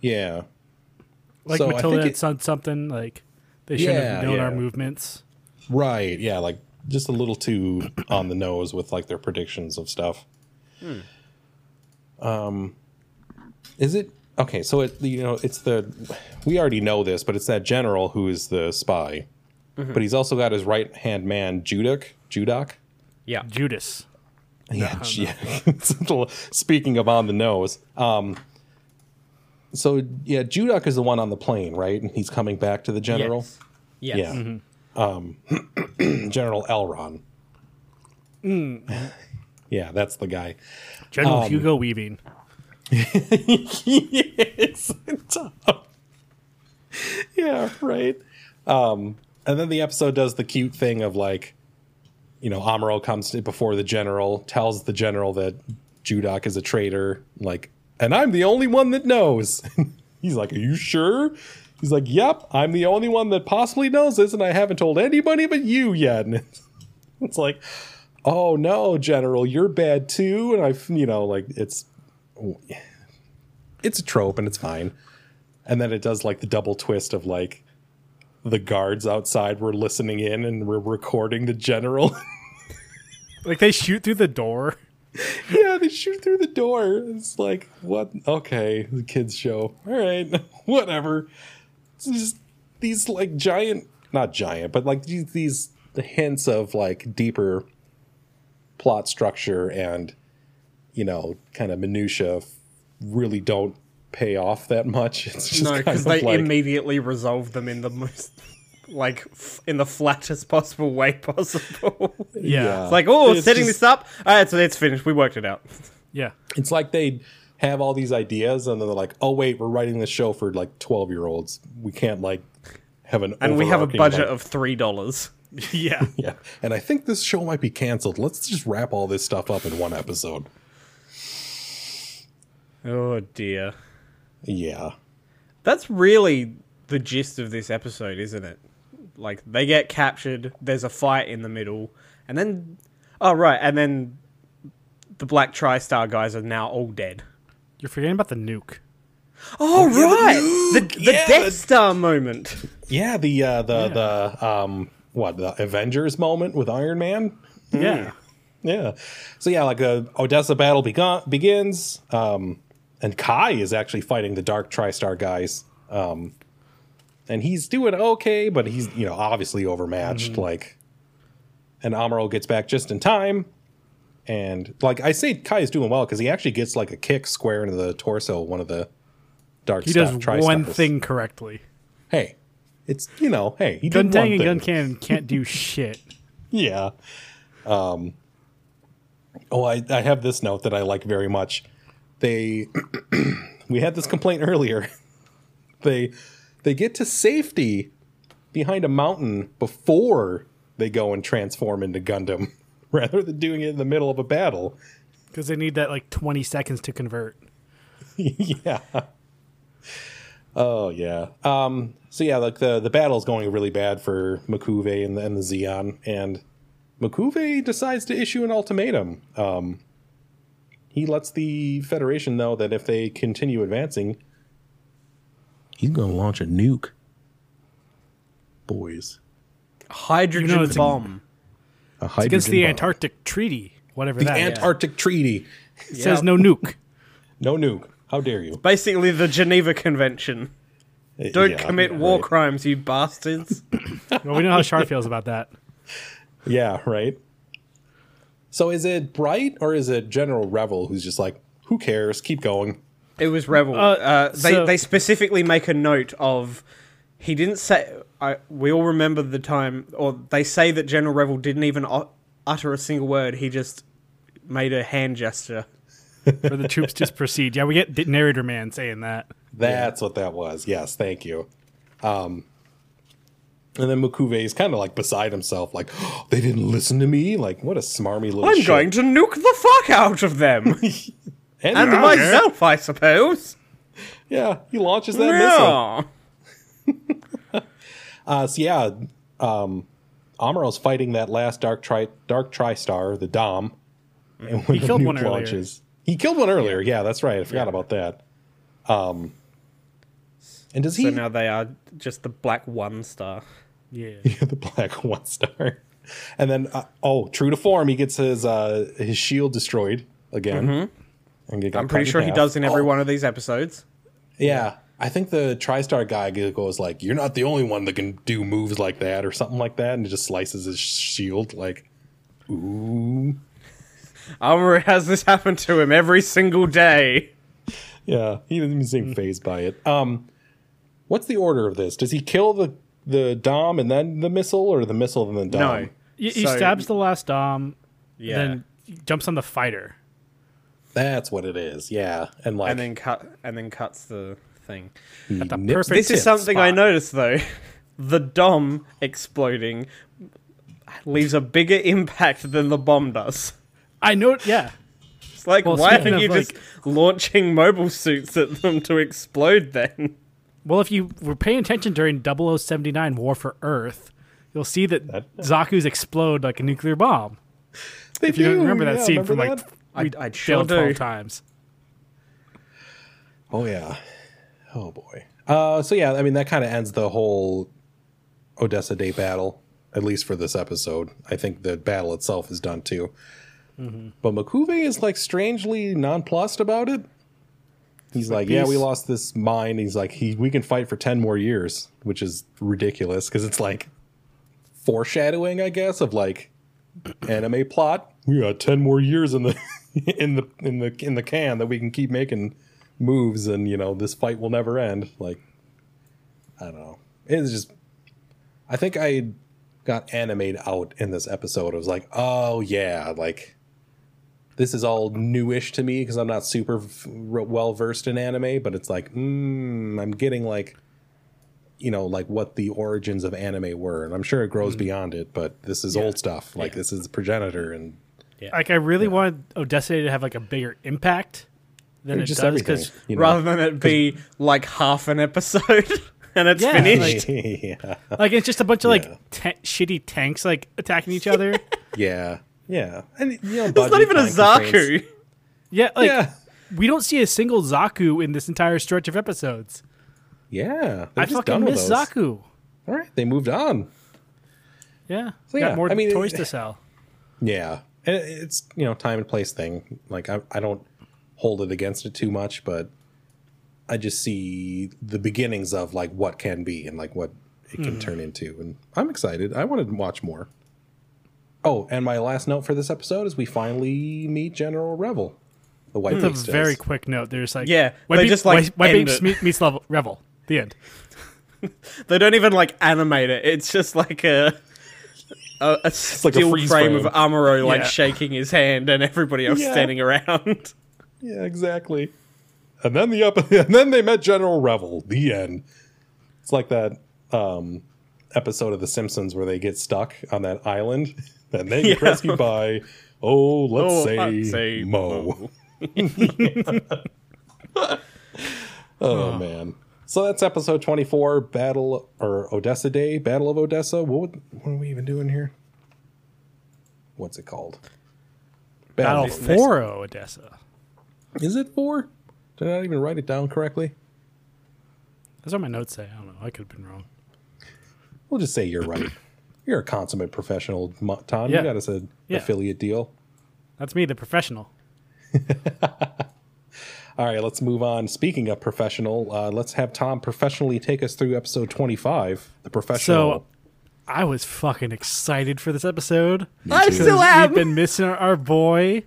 Yeah. Like So I Matilda think had it- said something like they shouldn't Yeah, have known our yeah. movements. Right. Yeah. Like just a little too on the nose with like their predictions of stuff. Um, is it okay? So it you know it's the we already know this, but it's that general who is the spy, but he's also got his right hand man Judak. Judak. yeah. Judas. Yeah, yeah. It's a little- Speaking of on the nose, um, so yeah, Judak is the one on the plane, right? And he's coming back to the general. Yes. Yes. Yeah. Um, General Elron. yeah, that's the guy. General Um, Hugo Weaving. yes. yeah, right. Um, and then the episode does the cute thing of like, you know, Amuro comes to, before the general, tells the general that Judak is a traitor, like, and I'm the only one that knows. He's like, Are you sure? He's like, Yep, I'm the only one that possibly knows this, and I haven't told anybody but you yet. And it's, it's like, Oh no, General, you're bad too. And I, have you know, like, it's it's a trope and it's fine. And then it does like the double twist of like the guards outside were listening in and we're recording the general. Like they shoot through the door. yeah, they shoot through the door. It's like, what? Okay, the kids show. All right, whatever. It's just these like giant, not giant, but like these, these hints of like deeper plot structure and you know kind of minutia really don't pay off that much. It's just No, kind because of they like, immediately resolve them in the most, like, f- in the flattest possible way possible. it's Yeah. like, oh, It's setting just- this up. All right, so that's finished. We worked it out. Yeah. It's like they have all these ideas and then they're like, oh wait, we're writing this show for like twelve year olds. We can't like have an And we have a overarching, like- budget of $3. Yeah. yeah. And I think this show might be canceled. Let's just wrap all this stuff up in one episode. Oh, dear. Yeah. That's really the gist of this episode, isn't it? Like they get captured, there's a fight in the middle, and then oh right, and then the Black TriStar guys are now all dead. You're forgetting about the nuke. Oh, yeah, the right, nuke! the, the, Yeah, Death the- Star moment. Yeah, the uh the the um what, the Avengers moment with Iron Man? Yeah. Yeah. So yeah, like the Odessa battle begon- begins. Um, and Kai is actually fighting the Dark TriStar guys. Um, and he's doing okay, but he's you know obviously overmatched. Mm-hmm. Like, and Amuro gets back just in time. And like I say, Kai is doing well because he actually gets like a kick square into the torso of one of the Dark. He Star- does TriStars. one thing correctly. Hey, It's you know, hey, he Gun did one Tang and thing. Gun Cannon can't do shit. yeah. Um, oh, I, I have this note that I like very much. They we had this complaint earlier. they they get to safety behind a mountain before they go and transform into Gundam, rather than doing it in the middle of a battle. Because they need that like 20 seconds to convert. yeah. Oh yeah. Um. So yeah, like the the battle's going really bad for Makuve and the, and the Zeon, and Makuve decides to issue an ultimatum. Um. He lets the Federation know that if they continue advancing, he's going to launch a nuke. Boys, Hydrogen You know it's a- bomb. a hydrogen Against the bomb. Antarctic Treaty, whatever the that is. Antarctic Treaty. says no nuke. No nuke. How dare you? Basically, the Geneva Convention. Don't Yeah, commit yeah, war right. crimes, you bastards. Well, we know how Char feels about that. Yeah, right. So is it Bright or is it General Revel who's just like, who cares? Keep going. It was Rebel. Uh, they, so- they specifically make a note of he didn't say. I, we all remember the time, or they say that General Rebel didn't even u- utter a single word. He just made a hand gesture. For the troops just proceed. Yeah, we get the narrator man saying that. That's what that was. Yes, thank you. Um, and then Mukuve is kind of like beside himself, like they didn't listen to me. Like what a smarmy little. I'm shit. going to nuke the fuck out of them and, and yeah, myself, I suppose. Yeah, he launches that missile. Yeah. Uh, so yeah, um, Amuro's fighting that last dark tri dark tristar, the Dom. And when killed nuke one earlier. he killed one earlier. Yeah, that's right. I forgot about that. Um, and does he So now they are just the black one star. Yeah. the black one star? And then uh, oh, true to form, he gets his uh, his shield destroyed again. And he got Mm-hmm. I'm pretty cut sure he half. does in every Oh, one of these episodes. Yeah. I think the TriStar guy goes like, "You're not the only one that can do moves like that," or something like that, and he just slices his shield. Like, ooh, Armour has this happen to him every single day. Yeah, he doesn't even Mm. seem phased by it. Um, what's the order of this? Does he kill the the dom and then the missile, or the missile and then the dom? No. He, he Oh. So- stabs the last Dom, Yeah. then jumps on the fighter. That's what it is. Yeah, and like and then cut and then cuts the thing. he At the nips- perfect This is tip something I spot. noticed though. The dom exploding leaves a bigger impact than the bomb does. I know. Yeah. It's like Well, why speaking are of, you like- just launching mobile suits at them to explode then? Well, if you were paying attention during 0079 War for Earth, you'll see that, That- Zaku's explode like a nuclear bomb. They If you do, remember that yeah, scene remember from like that? I- we I sure failed twelve do. times. Oh yeah. Oh boy. Uh, so yeah, I mean that kind of ends the whole Odessa Day battle, at least for this episode. I think the battle itself is done too. But Makuve is like strangely nonplussed about it. He's like, yeah, we peace. lost this mine. He's like, he, we can fight for ten more years, which is ridiculous because it's like foreshadowing, I guess, of like anime plot. We got ten more years in the in the in the in the can that we can keep making moves, and you know this fight will never end. Like, I don't know. It's just, I think I got animated out in this episode. I was like, oh yeah, like this is all newish to me because I'm not super f- r- well versed in anime, but it's like, mm, I'm getting like, you know, like what the origins of anime were, and I'm sure it Mm. grows beyond it, but this is old stuff. Like this is progenitor, and Like I really wanted Odessa to have like a bigger impact than it just does everything. because you know? Rather than it be like half an episode and it's Yeah, finished. yeah, like it's just a bunch of like Yeah. ta- shitty tanks like attacking each other. yeah, yeah, and you know, There's not even a Zaku. yeah, like Yeah, we don't see a single Zaku in this entire stretch of episodes. yeah. I They're just fucking done with miss those. Zaku. All right, they moved on. Yeah, So, got yeah, more I mean, toys it- to sell. Yeah, and it- it's you know time and place thing. Like I, I don't hold it against it too much, but I just see the beginnings of like what can be and like what it can turn into, and I'm excited. I want to watch more. Oh, and my last note for this episode is we finally meet General Revel, the white It's a very quick note. There's like Yeah, White they Beam- just, like, White- White end Beam it. meets- meets level revel. The end. they don't even like animate it. It's just like a a, a like a still frame, freeze of frame. Amuro like Yeah. shaking his hand and everybody else Yeah. standing around. Yeah, exactly. And then the up, and then they met General Revel. The end. It's like that um, episode of The Simpsons where they get stuck on that island and they get Yeah. rescued by oh, let's Oh, say, let's say Mo. oh man. So that's episode twenty-four, Battle or Odessa Day, Battle of Odessa. What would- what are we even doing here? What's it called? Battle for Odessa. Is it four? Did I not even write it down correctly? That's what my notes say. I don't know. I could have been wrong. We'll just say you're right. You're a consummate professional, Mo- Tom. Yeah. You got us an Yeah. affiliate deal. That's me, the professional. All right, let's move on. Speaking of professional, uh, let's have Tom professionally take us through episode 25, the professional. So I was fucking excited for this episode. I still We've am. been missing our, our boy,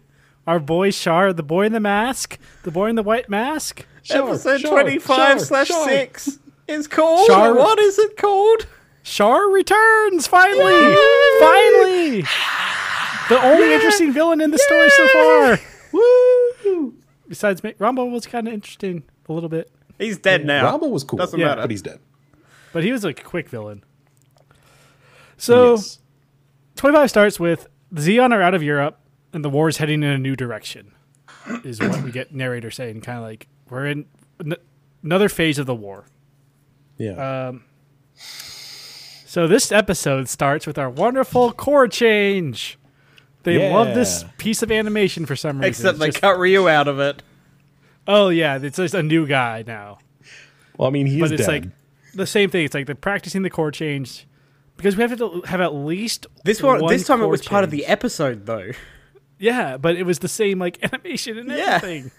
our boy Shar, the boy in the mask, the boy in the white mask. Episode sure, twenty five sure, slash sure. six is called. Sure. What is it called? Shar returns finally, finally. The only interesting villain in the story so far. Woo! Besides, Ma- Rambo was kind of interesting a little bit, He's dead now. Rambo was cool, Doesn't Yeah. matter. but he's dead. but he was a quick villain. So. Yes. 25 starts with the Xeon are out of Europe and the war is heading in a new direction, is what we get narrator saying. Kind of like, we're in n- another phase of the war. uh, Yeah. So this episode starts with our wonderful core change. They Yeah. love this piece of animation for some reason. Except It's they just- cut Ryu out of it. oh, yeah, it's just a new guy now. well, I mean, he is But it's dead. like the same thing. It's like they're practicing the core change because we have to have at least This one, this time it core was part of change. the episode though. Yeah, but it was the same like animation and Yeah. everything.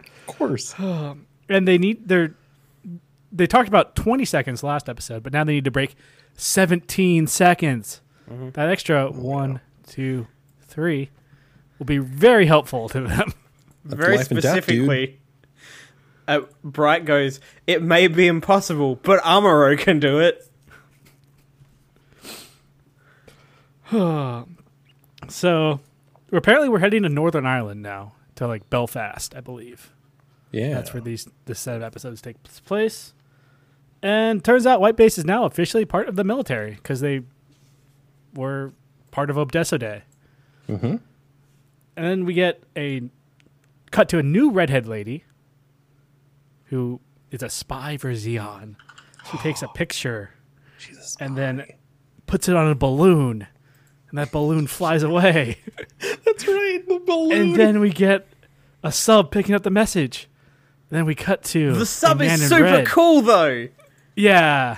of course. and they need their they talked about 20 seconds last episode but now they need to break 17 seconds that extra one, two, three will be very helpful to them very life and death, dude. specifically. uh, Bright goes, "It may be impossible, but Amuro can do it." so apparently we're heading to northern ireland now to like belfast i believe Yeah. that's where these this set of episodes takes place and turns out white base is now officially part of the military because they were part of Obdeso Day. And then we get a cut to a new redhead lady who is a spy for Xeon. She takes a picture and then puts it on a balloon, and that balloon flies away. That's right. The balloon. And then we get a sub picking up the message. And then we cut to The sub man in is super red. cool though. Yeah.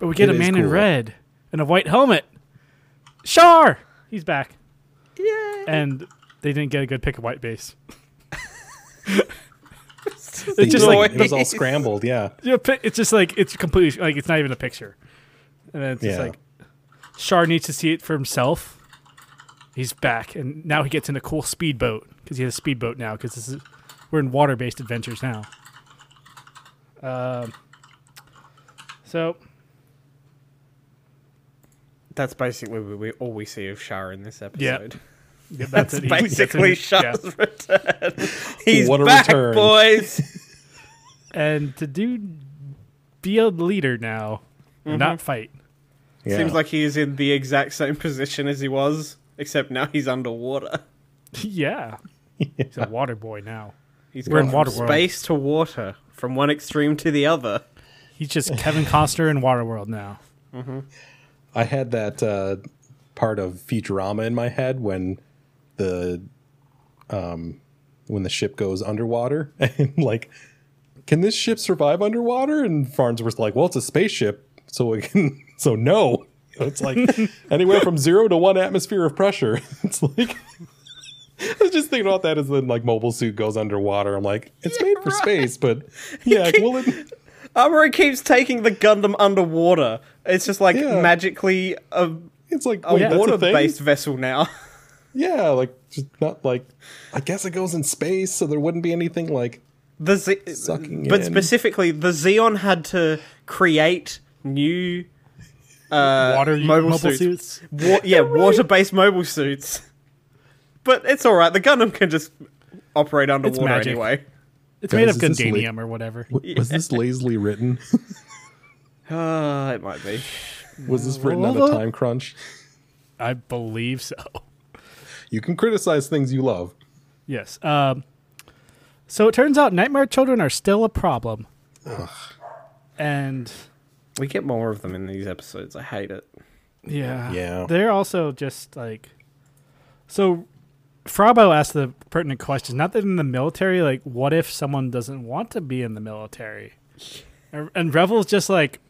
But we get It a is man in cool. red and a white helmet. Shar! He's back. Yeah, And they didn't get a good pick of white base. it's just just like- like, it was all scrambled. Yeah. Yeah, pi- It's just like, it's completely, like, it's not even a picture. And then it's just Yeah. like, Shar needs to see it for himself. He's back. And now he gets in a cool speedboat because he has a speedboat now because this is, we're in water based adventures now. Um, so that's basically we, we, all we see of Shar in this episode. yeah, that's, it. He- that's Basically, it. Yeah. Shar's return. He's What a back, return. boys. and to do be a leader now, and not fight. yeah. Seems like he is in the exact same position as he was, except now he's underwater. yeah. he's a water boy now. He's We're gone in Waterworld. from space to water, from one extreme to the other. He's just Kevin Costner in Waterworld now. I had that uh, part of Futurama in my head when the um, when the ship goes underwater and like, can this ship survive underwater? And Farnsworth's like, well, it's a spaceship, so it can, so no. It's like anywhere from zero to one atmosphere of pressure. It's like I was just thinking about that as then like mobile suit goes underwater. I'm like, it's made for space, but yeah, will it? Amuro keeps taking the Gundam underwater. It's just like Yeah. magically a, It's like a wait, that's a water thing? based vessel now. Yeah, like just not like I guess it goes in space, so there wouldn't be anything like the Z- Sucking but in. specifically the Xeon had to create new uh, Water mobile, suits. Wa- yeah, water-based mobile suits. But it's all right. The Gundam can just operate underwater magic. anyway. It's Guys, made of is this late? gundanium or whatever. W- Was this lazily written? Uh, it might be. Was this written on Well, a time crunch? I believe so. You can criticize things you love. Yes. Um, so it turns out nightmare children are still a problem. And We get more of them in these episodes. I hate it. yeah, Yeah. they're also just like. So, Frabo asked the pertinent question. Not that in the military, like, what if someone doesn't want to be in the military? And and Revel's just like,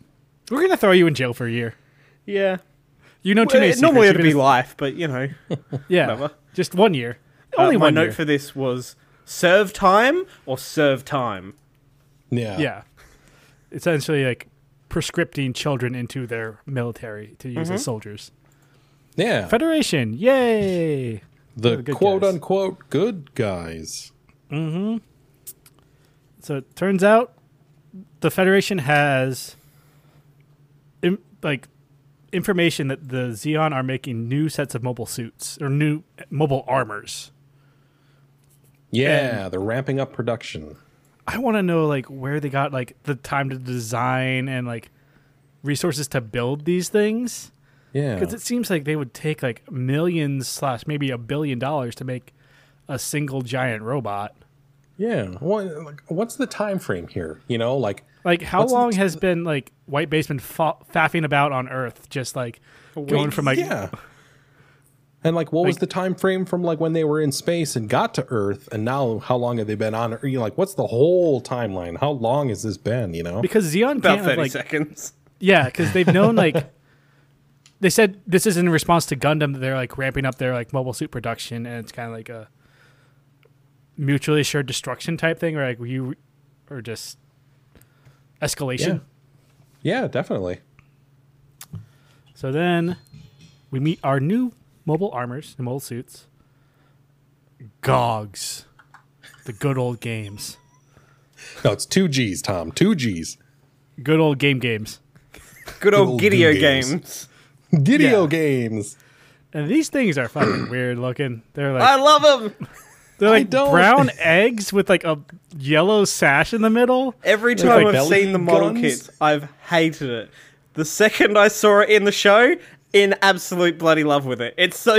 we're gonna throw you in jail for a year. Yeah. You know too Well, many. it- normally secrets, it'd be you're life, but you know. gonna- yeah, whatever. just one year. Only Only Uh, my one note year. for this was serve time or serve time. Yeah. yeah essentially like prescripting children into their military to use as soldiers Yeah. federation yay the the good quote guys. unquote good guys. so it turns out the federation has im- like information that the xeon are making new sets of mobile suits or new mobile armors Yeah, they're ramping up production. i want to know like where they got like the time to design and like resources to build these things Yeah. because it seems like they would take like millions slash maybe a billion dollars to make a single giant robot yeah. What, like, what's the time frame here? You know, like like how What's the- long has been like white basement fa- faffing about on earth just like going from like yeah. And like, what was Like- the time frame from like when they were in space and got to Earth, and now how long have they been on? Earth? You know, like, what's the whole timeline? How long has this been? You know, because xeon About can't have, 30 like seconds. yeah because they've known like they said this is in response to gundam that they're like ramping up their like mobile suit production and it's kind of like a mutually assured destruction type thing or like you or just escalation yeah, yeah, definitely. So then we meet our new mobile armors and mobile suits. Gogs. The good old games. No, it's two G's, Tom. Two G's. Good old game games. Good old old Gideo Gideo games. games. Gideo Yeah. games. And these things are fucking weird looking. They're I like love them. they're like don't- brown eggs with like a yellow sash in the middle. Every time like I've belly seen the model guns? kits, I've hated it. The second I saw it in the show, in absolute bloody love with it. It's so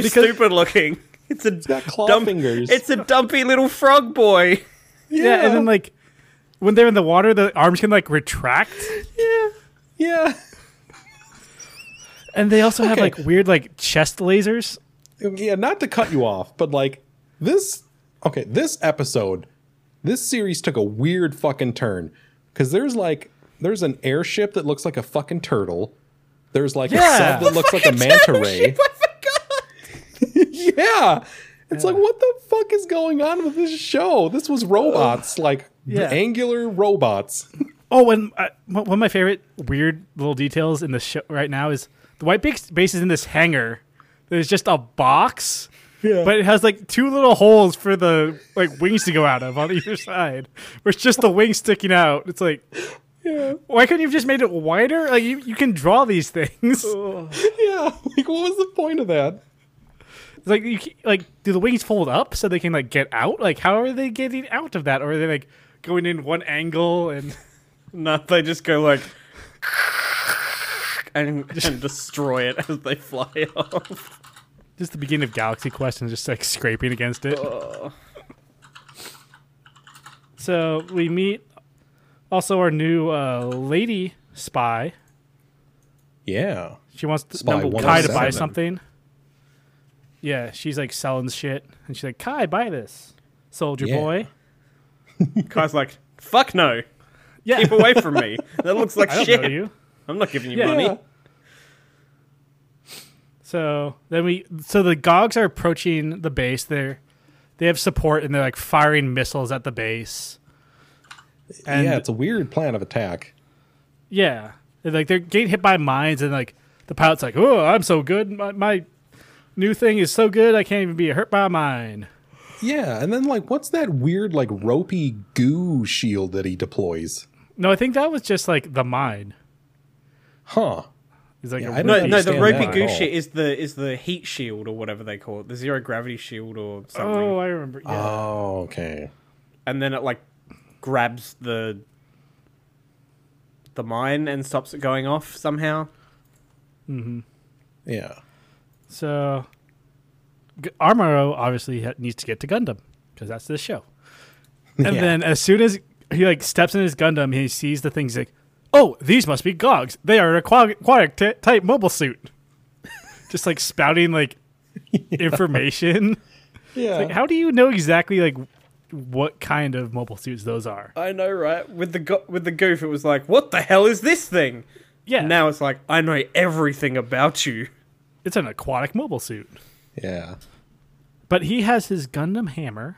stupid looking. It's a got claw dump- fingers. It's a dumpy little frog boy. Yeah, Yeah, and then like when they're in the water, the arms can like retract. Yeah. yeah. And they also have Okay. like weird like chest lasers. yeah, not to cut you off, but like this okay, this episode, this series took a weird fucking turn cuz there's like there's an airship that looks like a fucking turtle. There's like Yeah. a sub that looks like a manta ray. yeah. It's like what the fuck is going on with this show? This was robots, like Yeah. angular robots. Oh, and uh, one one of my favorite weird little details in the show right now is the white base base is in this hangar. There's just a box, Yeah. but it has like two little holes for the like wings to go out of on either side, where it's just the wings sticking out. It's like, why couldn't you have just made it wider? Like you, you can draw these things. It's yeah. Like what was the point of that? like you ca- like do the wings fold up so they can like get out? Like how are they getting out of that? Or are they like going in one angle and No, they just go like and, and destroy it as they fly off. just the beginning of Galaxy Quest and just like scraping against it? Oh. So we meet also our new uh, lady spy. Yeah. She wants to, Spy number one Kai to oh buy seven. something. Yeah, she's like selling shit, and she's like, "Kai, buy this, soldier Yeah. boy." Kai's like, fuck no. Yeah, Keep away from me. That looks like I don't shit. know you. I'm not giving you Yeah. money. Yeah. So then we, so the Gogs are approaching the base. They're they have support, and they're like firing missiles at the base. And yeah, it's a weird plan of attack. Yeah, They're, like they're getting hit by mines, and like the pilot's like, "Oh, I'm so good. My, my new thing is so good. I can't even be hurt by a mine." Yeah, and then like, what's that weird like ropey goo shield that he deploys? No, I think that was just like the mine. Huh? He's like, Yeah, a I don't really- No, no, the understand ropey that at goo all. shit is the is the heat shield or whatever they call it, the zero gravity shield or something. oh, I remember. Yeah. Oh, okay. and then it like grabs the the mine and stops it going off somehow. Yeah. So, G- Armaro obviously ha- needs to get to Gundam because that's this show. And Yeah. then as soon as he like steps in his Gundam, he sees the things like, "Oh, these must be Gogs. They are an aqua- aquatic t- type mobile suit." Just like spouting like information. Yeah. Like, how do you know exactly like what kind of mobile suits those are? I know, right? With the go- with the goof, it was like, what the hell is this thing? Yeah, Now it's like, I know everything about you. it's an aquatic mobile suit. yeah. But he has his Gundam hammer.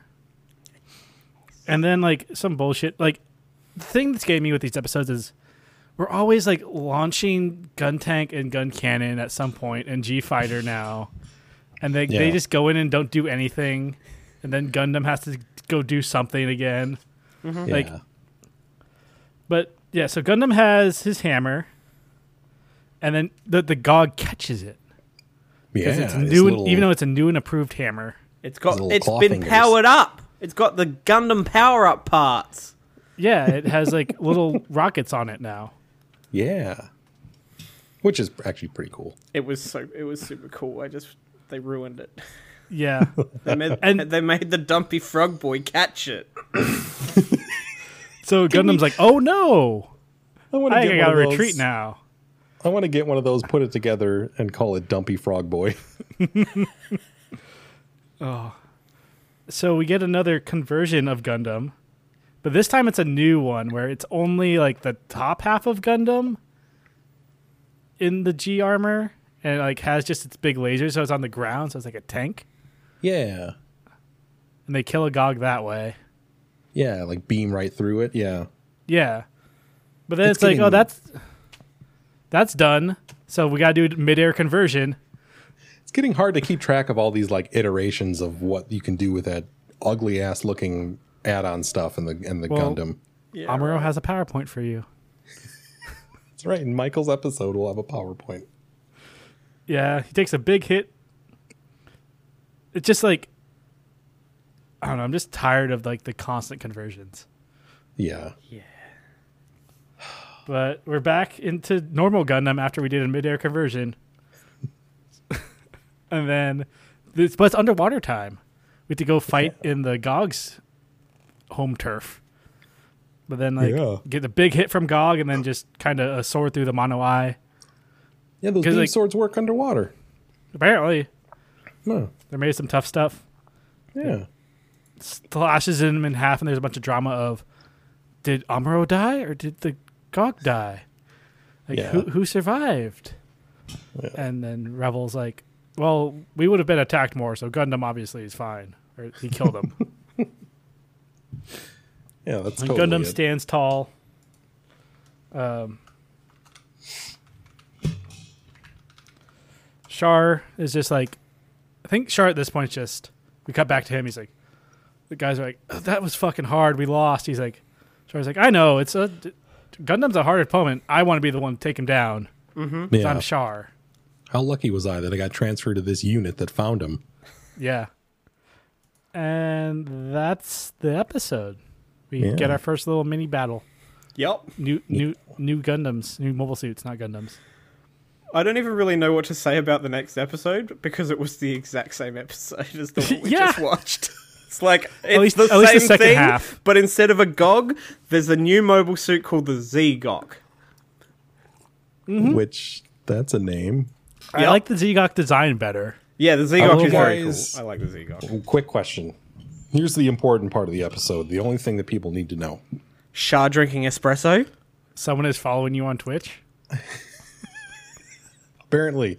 And then like some bullshit. Like the thing that's getting me with these episodes is we're always like launching gun tank and gun cannon at some point and G Fighter now. And they they Yeah. just go in and don't do anything. And then Gundam has to go do something again. Like- yeah. But yeah, so Gundam has his hammer. And then the the Gog catches it. Because yeah, it's his new little- and, even though it's a new and approved hammer. It's Those got little it's claw been fingers. powered up. It's got the Gundam power up parts. Yeah, it has like little rockets on it now. yeah. Which is actually pretty cool. It was so it was super cool. I just they ruined it. Yeah. They made And- they made the dumpy frog boy catch it. So Gundam's like, oh no, I want I think I gotta retreat now. I want to get one of those, put it together, and call it Dumpy Frog Boy. So we get another conversion of Gundam, but this time it's a new one where it's only like the top half of Gundam in the G armor and it, like has just its big laser, so it's on the ground, so it's like a tank, Yeah. and they kill a Gog that way. Yeah, like beam right through it. Yeah. Yeah, but then it's, It's like, oh, getting- that's that's done. So we gotta do midair conversion. It's getting hard to keep track of all these like iterations of what you can do with that ugly ass looking add on stuff in the in the Well- Gundam. Yeah, Amuro has a PowerPoint for you. That's right. In Michael's episode, we'll have a PowerPoint. Yeah, he takes a big hit. It's just like I don't know, I'm just tired of like the constant conversions. Yeah. But we're back into normal Gundam after we did a midair conversion. and then this but it's underwater time. We have to go fight in the Gog's home turf. But then like Yeah. get the big hit from Gog and then just kinda a sword through the mono eye. Yeah, those 'Cause, beam like- swords work underwater. Apparently. Huh. They made some tough stuff. Yeah. slashes him in half, and there's a bunch of drama of did Amuro die or did the Gog die? Like Yeah. who who survived? And then Revel's like, well, we would have been attacked more, so Gundam obviously is fine. Or he killed him. Yeah, that's and totally Gundam it. stands tall. Um, Char is just like, I think Char at this point is just, we cut back to him. He's like, the guys are like, "Oh, that was fucking hard. We lost. He's like, Char's like, I know. It's a, Gundam's a hard opponent. I want to be the one to take him down. Yeah. I'm Char. How lucky was I that I got transferred to this unit that found him? Yeah. And that's the episode. We Yeah. get our first little mini battle. Yep. New new new Gundams, new mobile suits, not Gundams. I don't even really know what to say about the next episode because it was the exact same episode as the one we Yeah. just watched. It's like it's least- the at same least the second thing, half. but instead of a GOG, there's a new mobile suit called the Z GOG. Mm-hmm. Which that's a name. I Yep. like the Zigok design better. Yeah, the Z GOG Oh, is very cool. guys. I like the Z GOG. Quick question. Here's the important part of the episode. The only thing that people need to know. Shah drinking espresso. Someone is following you on Twitch. Apparently,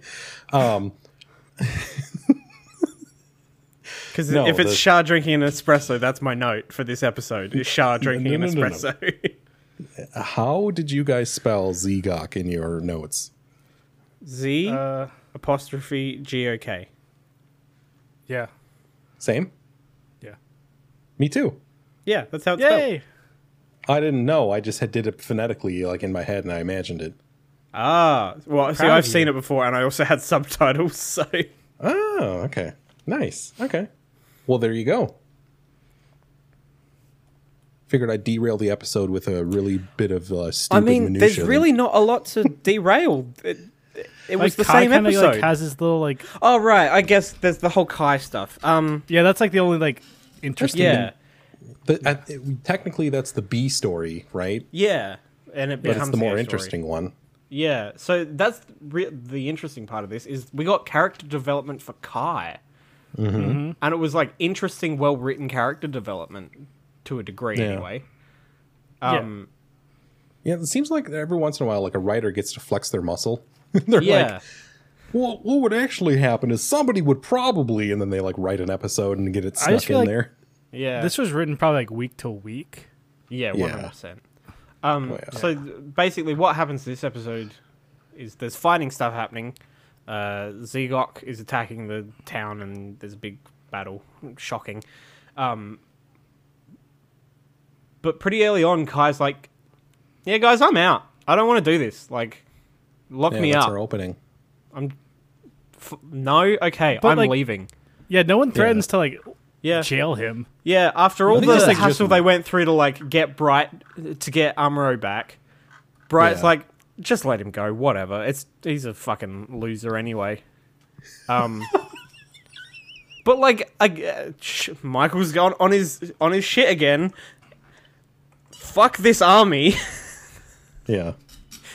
Because No, if it's the- Shah drinking an espresso, that's my note for this episode. Is Shah drinking no, an no, no. espresso? how did you guys spell Zegok in your notes? Z Uh, apostrophe G O K. yeah, Same? yeah. Me too. Yeah, that's how it's spelled. Yay! I didn't know. I just had did it phonetically, like in my head, and I imagined it. Ah, well, see, Proud of I've seen you. it before, and I also had subtitles, so Oh, okay. Nice. Okay. Well, there you go. Figured I'd derail the episode with a really bit of uh, I stupid mean, minutia. there's really not a lot to derail. It, it- it was the same kinda, episode. Like, has his little like oh right, I guess there's the whole Kai stuff. Um, yeah. That's like the only like interesting. yeah, The- uh, it- technically that's the B story, right? yeah, and it But becomes it's the more A story. interesting one. Yeah, so that's re- the interesting part of this is we got character development for Kai, mm-hmm. and it was like interesting, well written character development to a degree, Yeah. anyway. Yeah. Um, Yeah, it seems like every once in a while, like a writer gets to flex their muscle. They're yeah. like, well, what would actually happen is somebody would probably, and then they like write an episode and get it I just stuck in feel like- there. yeah, This was written probably like week to week. Yeah, Yeah. one hundred percent. Um, yeah. so th- basically, what happens this episode is there's fighting stuff happening. Uh, Zegok is attacking the town, and there's a big battle. Shocking. Um, but pretty early on, Kai's like, "Yeah, guys, I'm out. I don't want to do this. Like, lock Yeah, me that's up. our opening. F- no, okay, But, I'm like- leaving." Yeah, no one threatens to like Yeah, jail him. yeah. After all think the it's like just- hassle they went through to like get Bright to get Amuro back, Bright's Yeah. like, just let him go. Whatever. It's he's a fucking loser anyway. Um, but like, I, uh, sh- Michael's gone on his on his shit again. Fuck this army. Yeah.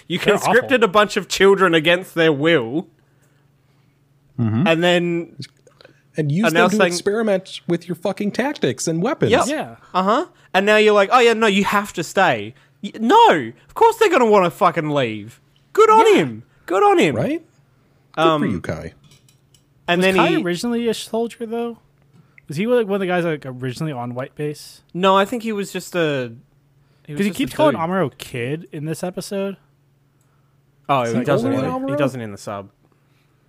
You They're awful. conscripted a bunch of children against their will. Mm-hmm. And then, And use And now them to saying- experiment with your fucking tactics and weapons. Yep. Yeah. uh huh. And now you're like, oh yeah, no, you have to stay. Y- No, of course they're gonna want to fucking leave. Good on him. Good on him. Right? Good for you, Kai. And Was then Kai he, originally a soldier though? Was he like one of the guys like originally on White Base? No, I think he was just a. Because he keeps calling Amuro kid in this episode. Oh, he like doesn't. older In, than he Amuro? doesn't in the sub.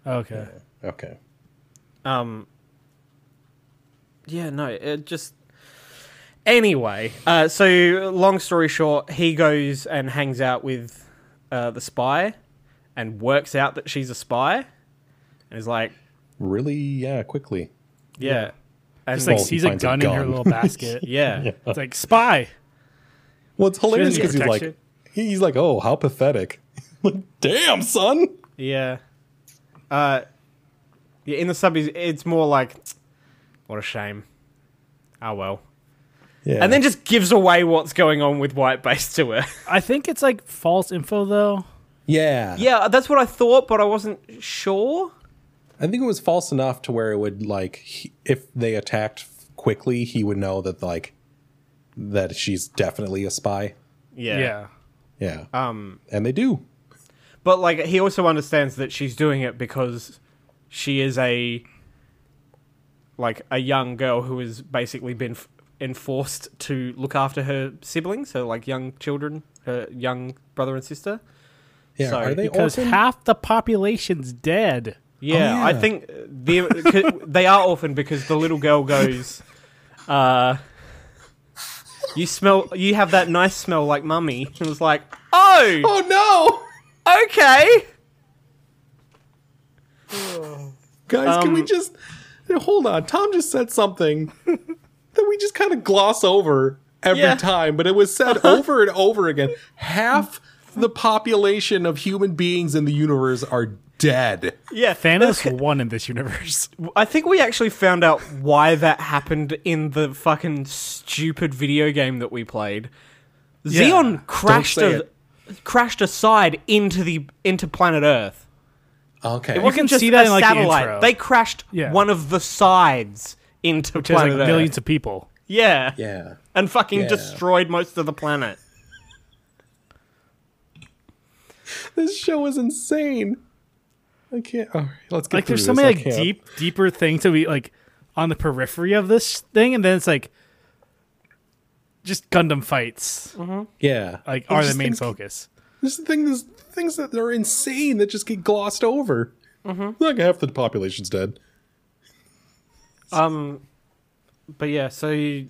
Oh, Okay. Okay. Um. Yeah, no, it just. Anyway, uh, so long story short, he goes and hangs out with uh, the spy, and works out that she's a spy, and is like, Really, yeah, quickly. yeah, and It's like Well, he sees a finds a gun, in her gun. little basket. yeah, It's like spy. Well, it's hilarious get because he's like, protection. he's like, oh, how pathetic. like, damn, son. Yeah. Uh, yeah, in the sub, he's- it's more like, what a shame. Oh well. Yeah. And then just gives away what's going on with White Base to her. I think it's like false info though. yeah. yeah, that's what I thought, but I wasn't sure. I think it was false enough to where it would like he, if they attacked quickly, he would know that like that she's definitely a spy. Yeah. Yeah. Um, and they do. but like he also understands that she's doing it because she is a like a young girl who has basically been f- enforced to look after her siblings, her like young children, her young brother and sister. Yeah. Sorry, Are they Because orphaned? half the population's dead. Yeah, Oh, I yeah. think uh, the, c- they are orphaned because the little girl goes, uh, "You smell, you have that nice smell like mummy." And was like, "Oh, oh okay." no, guys! can we Um, just hold on? Tom just said something that we just kind of gloss over every Yeah. time, but it was said Uh-huh. over and over again. Half the population of human beings in the universe are dead. Yeah, Thanos won in this universe. I think we actually found out why that happened in the fucking stupid video game that we played. Xeon crashed say a, crashed aside into the into planet Earth. Okay. It wasn't can just see that a in, like, the satellite. intro. They crashed Yeah. one of the sides into There's like planet Earth. millions of people. Yeah. yeah. And fucking Yeah. destroyed most of the planet. This show is insane. I can't. All right, let's get Like there's so through this. many I like can't. deep, deeper things to be like on the periphery of this thing, and then it's like just Gundam fights. Mm-hmm. Yeah, Like I are the just main think- focus. There's things, things that are insane that just get glossed over. Mm-hmm. Like half the population's dead. Um But yeah, so you-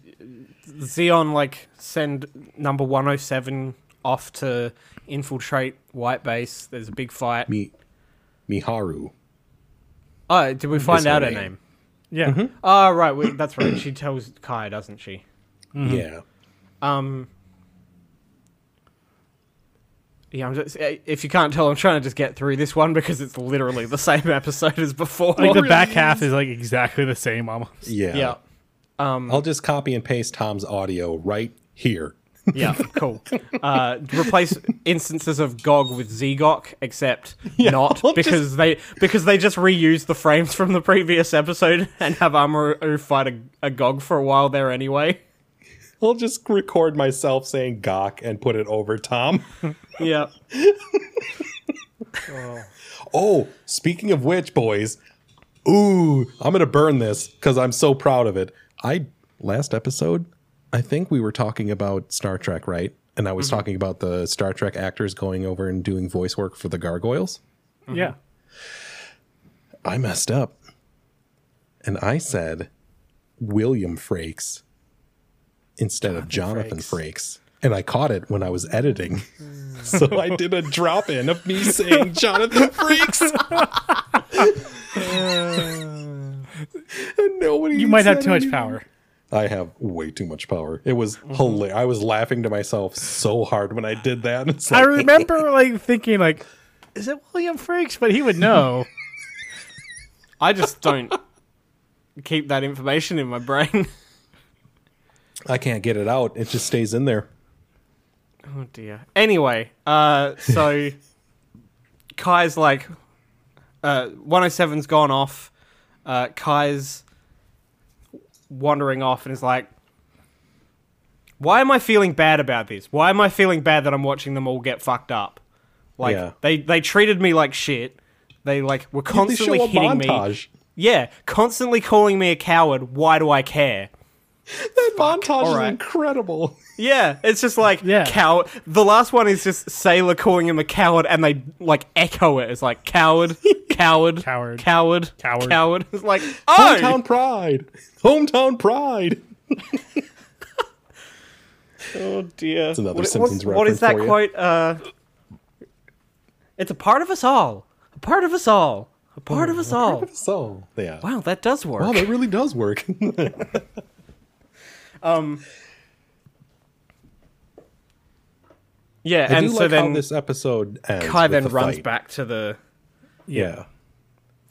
Xeon like send number 107 off to infiltrate White Base. There's a big fight. Mi, Miharu. Oh, did we find her out her name. name? Yeah. Oh, right. We, that's right. She tells Kai, doesn't she? Mm-hmm. Yeah. Um. Yeah, I'm just, eh, if you can't tell, I'm trying to just get through this one because it's literally the same episode as before. Like the back half is like exactly the same almost. Yeah. Yeah. I'll just copy and paste Tom's audio right here. Yeah, cool. Uh, replace instances of GOG with ZGOG, except not I'll because they because they just reuse the frames from the previous episode and have Amaru fight a, a GOG for a while there anyway. I'll just record myself saying gawk and put it over Tom. Yeah. Oh, speaking of which, boys, ooh, I'm gonna burn this because I'm so proud of it. I last episode, I think we were talking about Star Trek, right? And I was talking about the Star Trek actors going over and doing voice work for the gargoyles. Mm-hmm. Yeah. I messed up. And I said William Frakes instead of Jonathan Frakes. And I caught it when I was editing. Mm. so I did a drop in of me saying Jonathan Frakes. and nobody You might have said too much anything. power. Mm-hmm. I have way too much power. It was hilarious. I was laughing to myself so hard when I did that. It's I like, remember like thinking like, is it William Frakes? But he would know. I just don't keep that information in my brain. I can't get it out. It just stays in there. Oh dear. Anyway, uh, so Kai's like, uh, 107's gone off. Uh, Kai's wandering off and is like, why am I feeling bad about this? Why am I feeling bad that I'm watching them all get fucked up? Like Yeah. they they treated me like shit. They like were They show constantly a hitting me. montage. Yeah, constantly calling me a coward. Why do I care? That montage all right. is incredible. Yeah, it's just like Yeah. coward. The last one is just Sailor calling him a coward, and they like echo it. It's like coward, coward, Coward. coward, Coward. coward. It's like oh, Hometown pride. Hometown pride. oh dear. It's another what, Simpsons what's- what reference is that for you. quote? Uh, it's a part of us all. A part of us all. A part of us all. So yeah. Wow, that does work. Wow, that really does work. yeah, I and do so like then how this episode ends. Kai with then the runs fight. back to the Yeah.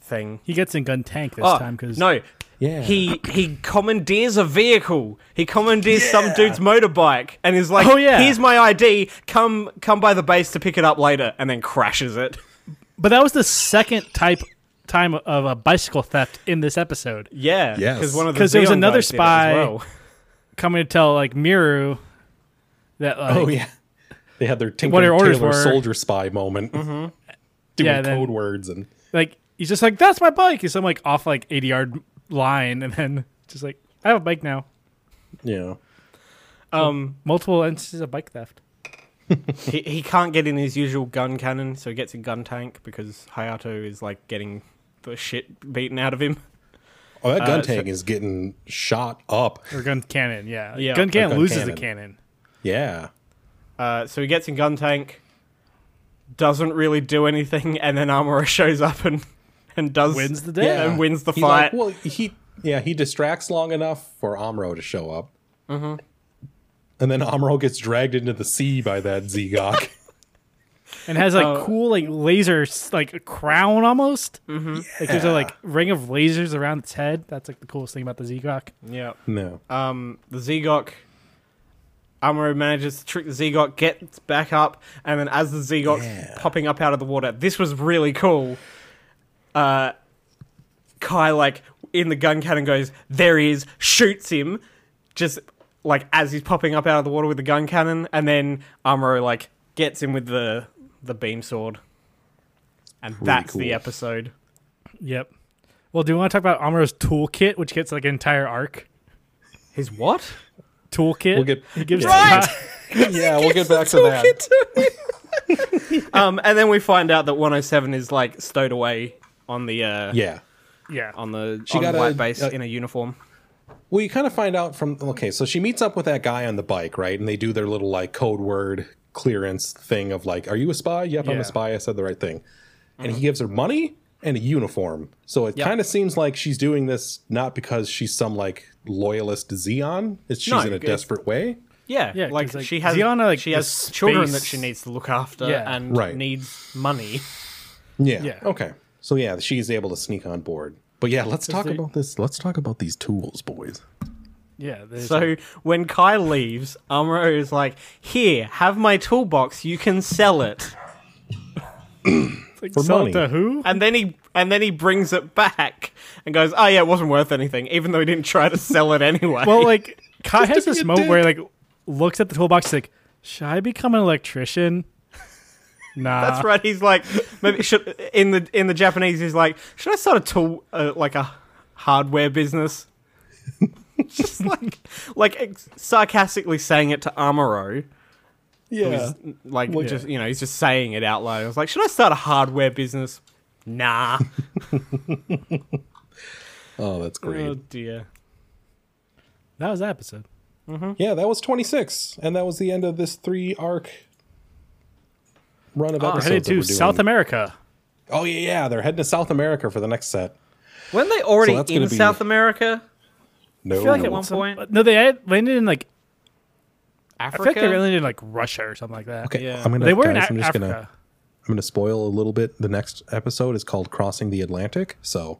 thing. He gets in gun tank this Oh, time because no, Yeah. he he commandeers a vehicle. He commandeers some dude's motorbike and is like, Oh, yeah. here's my ID. Come come by the base to pick it up later," and then crashes it. But that was the second type time of a bicycle theft in this episode. Yeah, Yes. because one of the 'Cause there was Xeon another guys did it as spy- well. Coming to tell like Miru that like Oh yeah. They had their Tinker What her orders Tailor were. soldier spy moment. Mm-hmm. Doing Yeah, then- code words and like he's just like that's my bike. He's some like off like eighty yard line and then just like I have a bike now. yeah. Um, Multiple instances of bike theft. he, he can't get in his usual gun cannon, so he gets a gun tank because Hayato is like getting the shit beaten out of him. Oh, that gun Uh, so- tank is getting shot up. Or gun cannon, yeah. Like, Yeah. Gun Or cannon gun loses cannon. the cannon. Yeah. Uh, so he gets in gun tank, doesn't really do anything, and then Armorer shows up and and does Wins the day. Yeah. and wins the He, like, fight. well, he yeah he distracts long enough for Amro to show up, and then Amro gets dragged into the sea by that Zegok. and has like Uh, cool like laser s- like a crown almost. Mm-hmm. Like there's a Yeah. like ring of lasers around its head. That's like the coolest thing about the Zegok. yeah. no. Um, the Zegok. Amuro manages to trick the Zegok, gets back up, and then as the Zegok's Yeah. popping up out of the water, this was really cool. Uh, Kai, like, in the gun cannon goes, there he is, shoots him, just, like, as he's popping up out of the water with the gun cannon, and then Amuro, like, gets him with the, the beam sword. And that's the cool. episode. Yep. Well, do you want to talk about Amuro's toolkit, which gets like an entire arc? His what? Toolkit. We'll get- he gives Right! Kai- Yeah, we'll get back to that. Um, and then we find out that 107 is like stowed away on the uh, Yeah. yeah. on the She Um, got on the white a- uh, base a- in a uniform. Well, you kind of find out from okay, so she meets up with that guy on the bike, right? And they do their little like code word clearance thing of like, "Are you a spy?" Yep, I'm Yeah. a spy. I said the right thing. And he gives her money and a uniform. So it Yep. kind of seems like she's doing this not because she's some like loyalist Xeon. It's she's No, in a it's- desperate way. Yeah, Yeah, 'cause, like, like, she has Xeona, like, she the has children that space- she needs to look after Yeah. and Right. needs money. Yeah. Yeah. Okay. So yeah, she's able to sneak on board. But yeah, let's talk they- about this. Let's talk about these tools, boys. Yeah. there's a- So when Kai leaves, Amuro is like, "Here, have my toolbox. You can sell it." like, for sell money. it to who? And then he and then he brings it back and goes, "Oh yeah, it wasn't worth anything, even though he didn't try to sell it anyway." Well, like Kai has this a moment where he, like looks at the toolbox, he's like, should I become an electrician? Nah. That's right. He's like, maybe should in the in the Japanese, he's like, should I start a tool uh, like a hardware business? Just like like ex- sarcastically saying it to Amuro, Yeah. Oh, like Well, just you know he's just saying it out loud. I was like, should I start a hardware business? Nah. Oh, that's great. oh dear. That was the episode. Yeah, that was 26, and that was the end of this three arc run of We're episodes. Oh, headed that we're to doing. South America. Oh yeah, yeah, they're heading to South America for the next set. Weren't they already So that's in gonna be- South America? No, feel like at one point, No, they had- landed in like I Africa. think they landed in like Russia or something like that. okay, yeah. I'm gonna. They were guys, in I'm Af- just Africa. gonna. I'm gonna spoil a little bit. The next episode is called "Crossing the Atlantic," so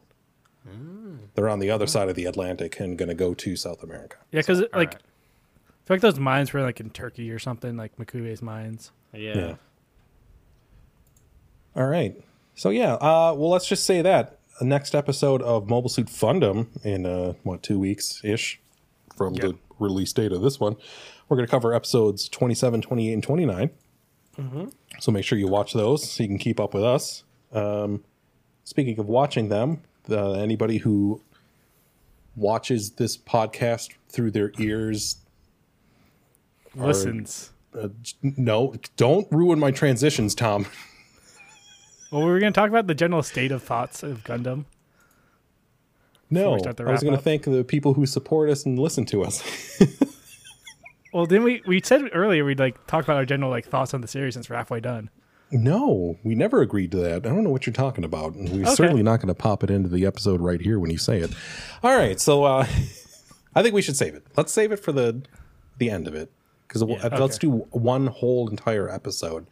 Mm. they're on the other side of the Atlantic and gonna go to South America. Yeah, because like alright. I feel like those mines were like in Turkey or something, like Makube's mines. yeah. Yeah. All right. So yeah, uh, well, let's just say that the next episode of Mobile Suit Fundum in uh, what two weeks ish from the release date of this one, we're going to cover episodes 27, 28, and 29. So make sure you watch those so you can keep up with us. Um, speaking of watching them, uh, anybody who watches this podcast through their ears Listens. uh, no don't ruin my transitions tom Well, we were going to talk about the general state of thoughts of Gundam. No, we start the I was wrap going to up? thank the people who support us and listen to us. Well, then we we said earlier we'd like talk about our general like thoughts on the series since we're halfway done. no, we never agreed to that. I don't know what you're talking about. And we're certainly not going to pop it into the episode right here when you say it. All right, so uh, I think we should save it. Let's save it for the the end of it because let's do one whole entire episode,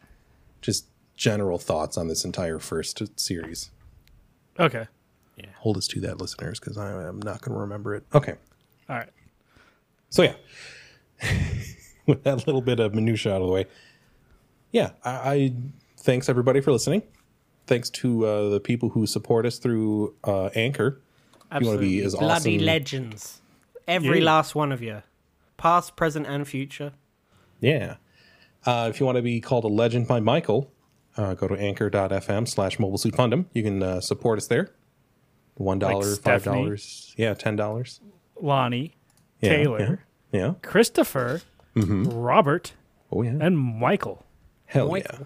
just general thoughts on this entire first series. Okay. Hold us to that, listeners, because I'm not going to remember it. Okay. All right. So yeah, with that little bit of minutia out of the way, yeah, I, I thanks everybody for listening. Thanks to uh, the people who support us through uh, Anchor. Absolutely. You want to be as Bloody awesome. legends. Every Yeah. last one of you. Past, present, and future. Yeah. Uh, if you want to be called a legend by Michael, uh, go to anchor.fm slash mobile suit fundum. You can uh, support us there. One dollar, five Stephanie? dollars, yeah, ten dollars. Lonnie, Yeah, Mm-hmm. Taylor, yeah, yeah. Christopher, Robert, Oh yeah, and Michael. hell Michael. yeah.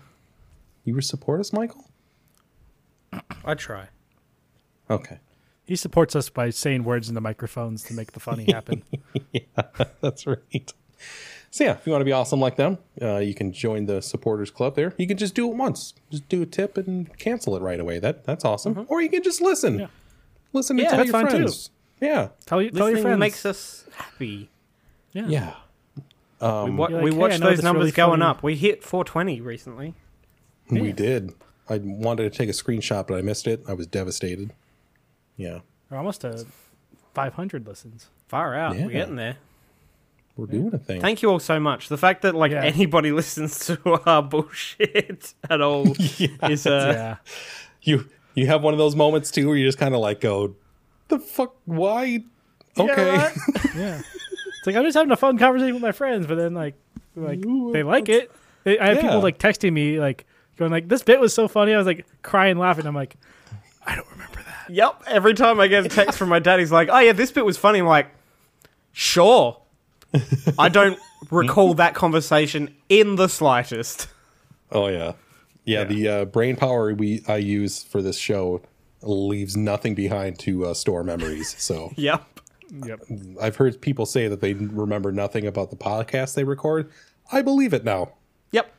You were support us, Michael? I try. Okay, He supports us by saying words in the microphones to make the funny happen. That's right. So yeah, if you want to be awesome like them, uh, you can join the supporters club there. You can just do it once, just do a tip and cancel it right away. That that's awesome. Or you can just listen, listen and Yeah, tell that's your fine, too. friends. Yeah, Tell, you, tell your Listening friends. makes us happy. yeah. we Um, wa- You're we like, "Hey, I watched know those that's numbers really going funny." up. We hit 420 recently. We did. I wanted to take a screenshot, but I missed it. I was devastated. Yeah, We're almost to 500 listens. Far out. We're Yeah. getting there. we're doing a thing. Thank you all so much. The fact that like Yeah. anybody listens to our bullshit at all is uh, Yeah. you you have one of those moments too, where you just kind of like go, "The fuck? Why?" Okay. right? yeah. It's like I'm just having a fun conversation with my friends, but then like like they like it. They, I have Yeah. people like texting me like going like this bit was so funny. I was like crying laughing. I'm like yep. Every time I get a text from my dad, he's like, "Oh yeah, this bit was funny." I'm like, "Sure." I don't recall that conversation in the slightest. Oh yeah, yeah. The uh, brain power we I use for this show leaves nothing behind to uh, store memories. So Yep. Yep. I've heard people say that they remember nothing about the podcast they record. I believe it now. Yep.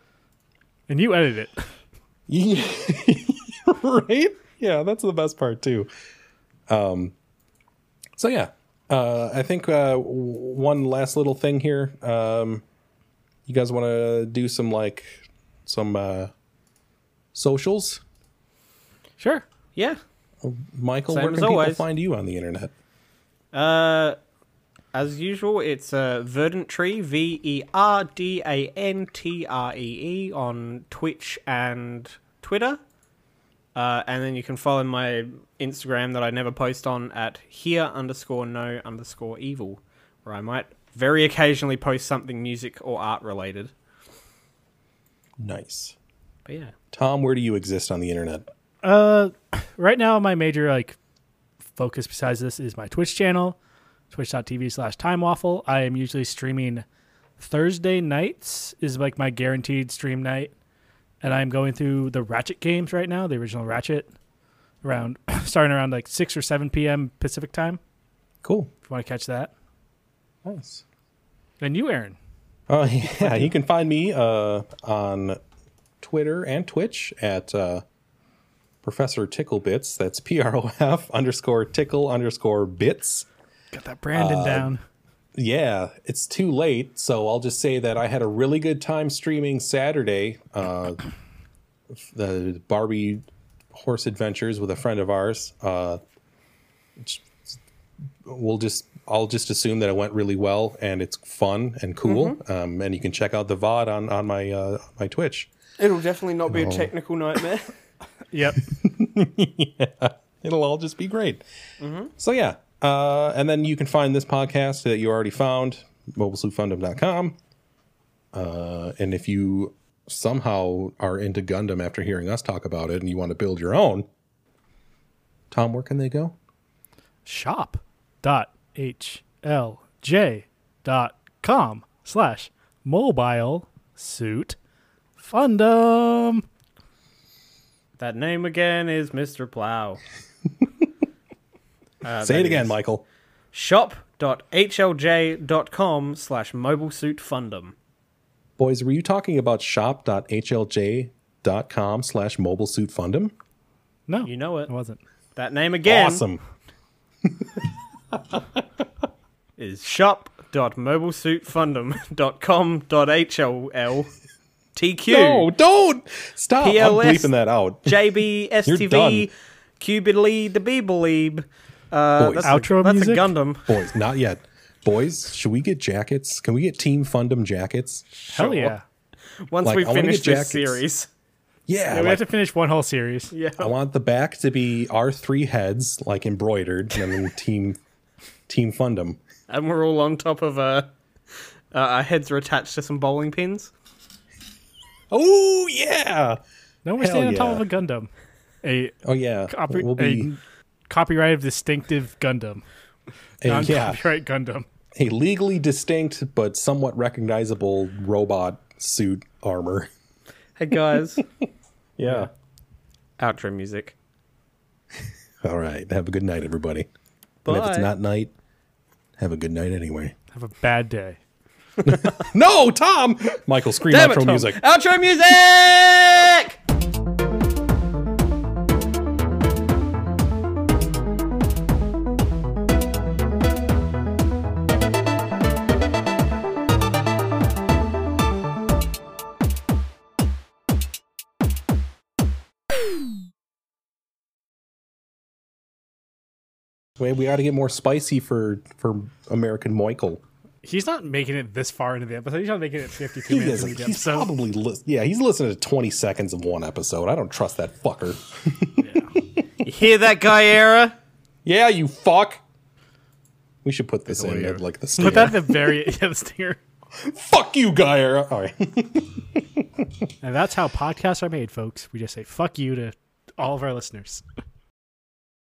And you edit it. Yeah. right? Yeah, that's the best part too. Um, so yeah, uh, I think uh, w- one last little thing here. Um, you guys want to do some like some uh, socials? Sure. Yeah. Michael, Same where as can people always. find you on the internet? Uh, as usual, it's uh, Verdant Tree, V E R D A N T R E E, on Twitch and Twitter. Uh, and then you can follow my Instagram that I never post on at here underscore no underscore evil, where I might very occasionally post something music or art related. Nice. But yeah. Tom, where do you exist on the internet? Uh, right now my major like focus besides this is my Twitch channel, twitch.tv slash time waffle. I am usually streaming Thursday nights is like my guaranteed stream night. And I'm going through the Ratchet games right now, the original Ratchet, around starting around like six or seven PM Pacific time, Cool. if you want to catch that. Nice. And you, Aaron. Oh yeah, you can find me uh, on Twitter and Twitch at uh, Professor Tickle Bits. That's P R O F underscore tickle underscore bits. Got that Brandon down. Yeah, it's too late, so I'll just say that I had a really good time streaming Saturday. Uh, the Barbie horse adventures with a friend of ours. Uh, it's- we'll just I'll just assume that it went really well and it's fun and cool. Um, and you can check out the VOD on on my uh, my Twitch. It'll definitely not be a technical nightmare. Yep. It'll all just be great. Mm-hmm. So yeah, uh, and then you can find this podcast that you already found, mobilesuitfundom.com. Uh, and if you somehow are into Gundam after hearing us talk about it and you want to build your own, Tom, where can they go? shop dot hlj dot com slash mobile suit fundum that name again is Mr. Plow. Uh, Say that it again, is- Michael. shop.hlj.com slash mobilesuitfundum. Boys, were you talking about shop.hlj.com slash mobile suit fundum? no You know it. it wasn't That name again Awesome. is shop.mobilesuitfundum.com.hll TQ No, don't stop. I'm PLS. bleeping that out. JB STV done. Oh, Cubidly the Beebleeb. Uh, Boys. that's Outro a, that's music? a Gundam. Boys, not yet. Boys, should we get jackets? Can we get Team Fundum jackets? hell yeah Once Like, we I wanna finish get jackets. this series. Yeah. we like, have to finish one whole series Yeah. I want the back to be our three heads, like embroidered, and then Team Team Fundum. And we're all on top of Uh, uh, our heads are attached to some bowling pins. Oh yeah. no we're Hell standing on top yeah. of a gundam a, Oh yeah. copy, we'll be a copyright of distinctive gundam a, yeah, non-copyright gundam a legally distinct but somewhat recognizable robot suit armor. Hey guys, Yeah. outro music. All right. Have a good night, everybody. And if it's Bye. not night, have a good night anyway. have a bad day No, Tom. Michael, scream Damn it, outro Tom. music. Outro music. Wait, we got to get more spicy for for American Michael. he's not making it this far into the episode he's not making it 52 He minutes into doesn't. the He's episode probably lis- yeah. He's listening to twenty seconds of one episode. I don't trust that fucker. You hear that, guy era? Yeah, you fuck. We should put this in Hilarious. at, like the stinger. put that at the very yeah, the stinger fuck you, Gaira. All right. And that's how podcasts are made, folks. We just say fuck you to all of our listeners.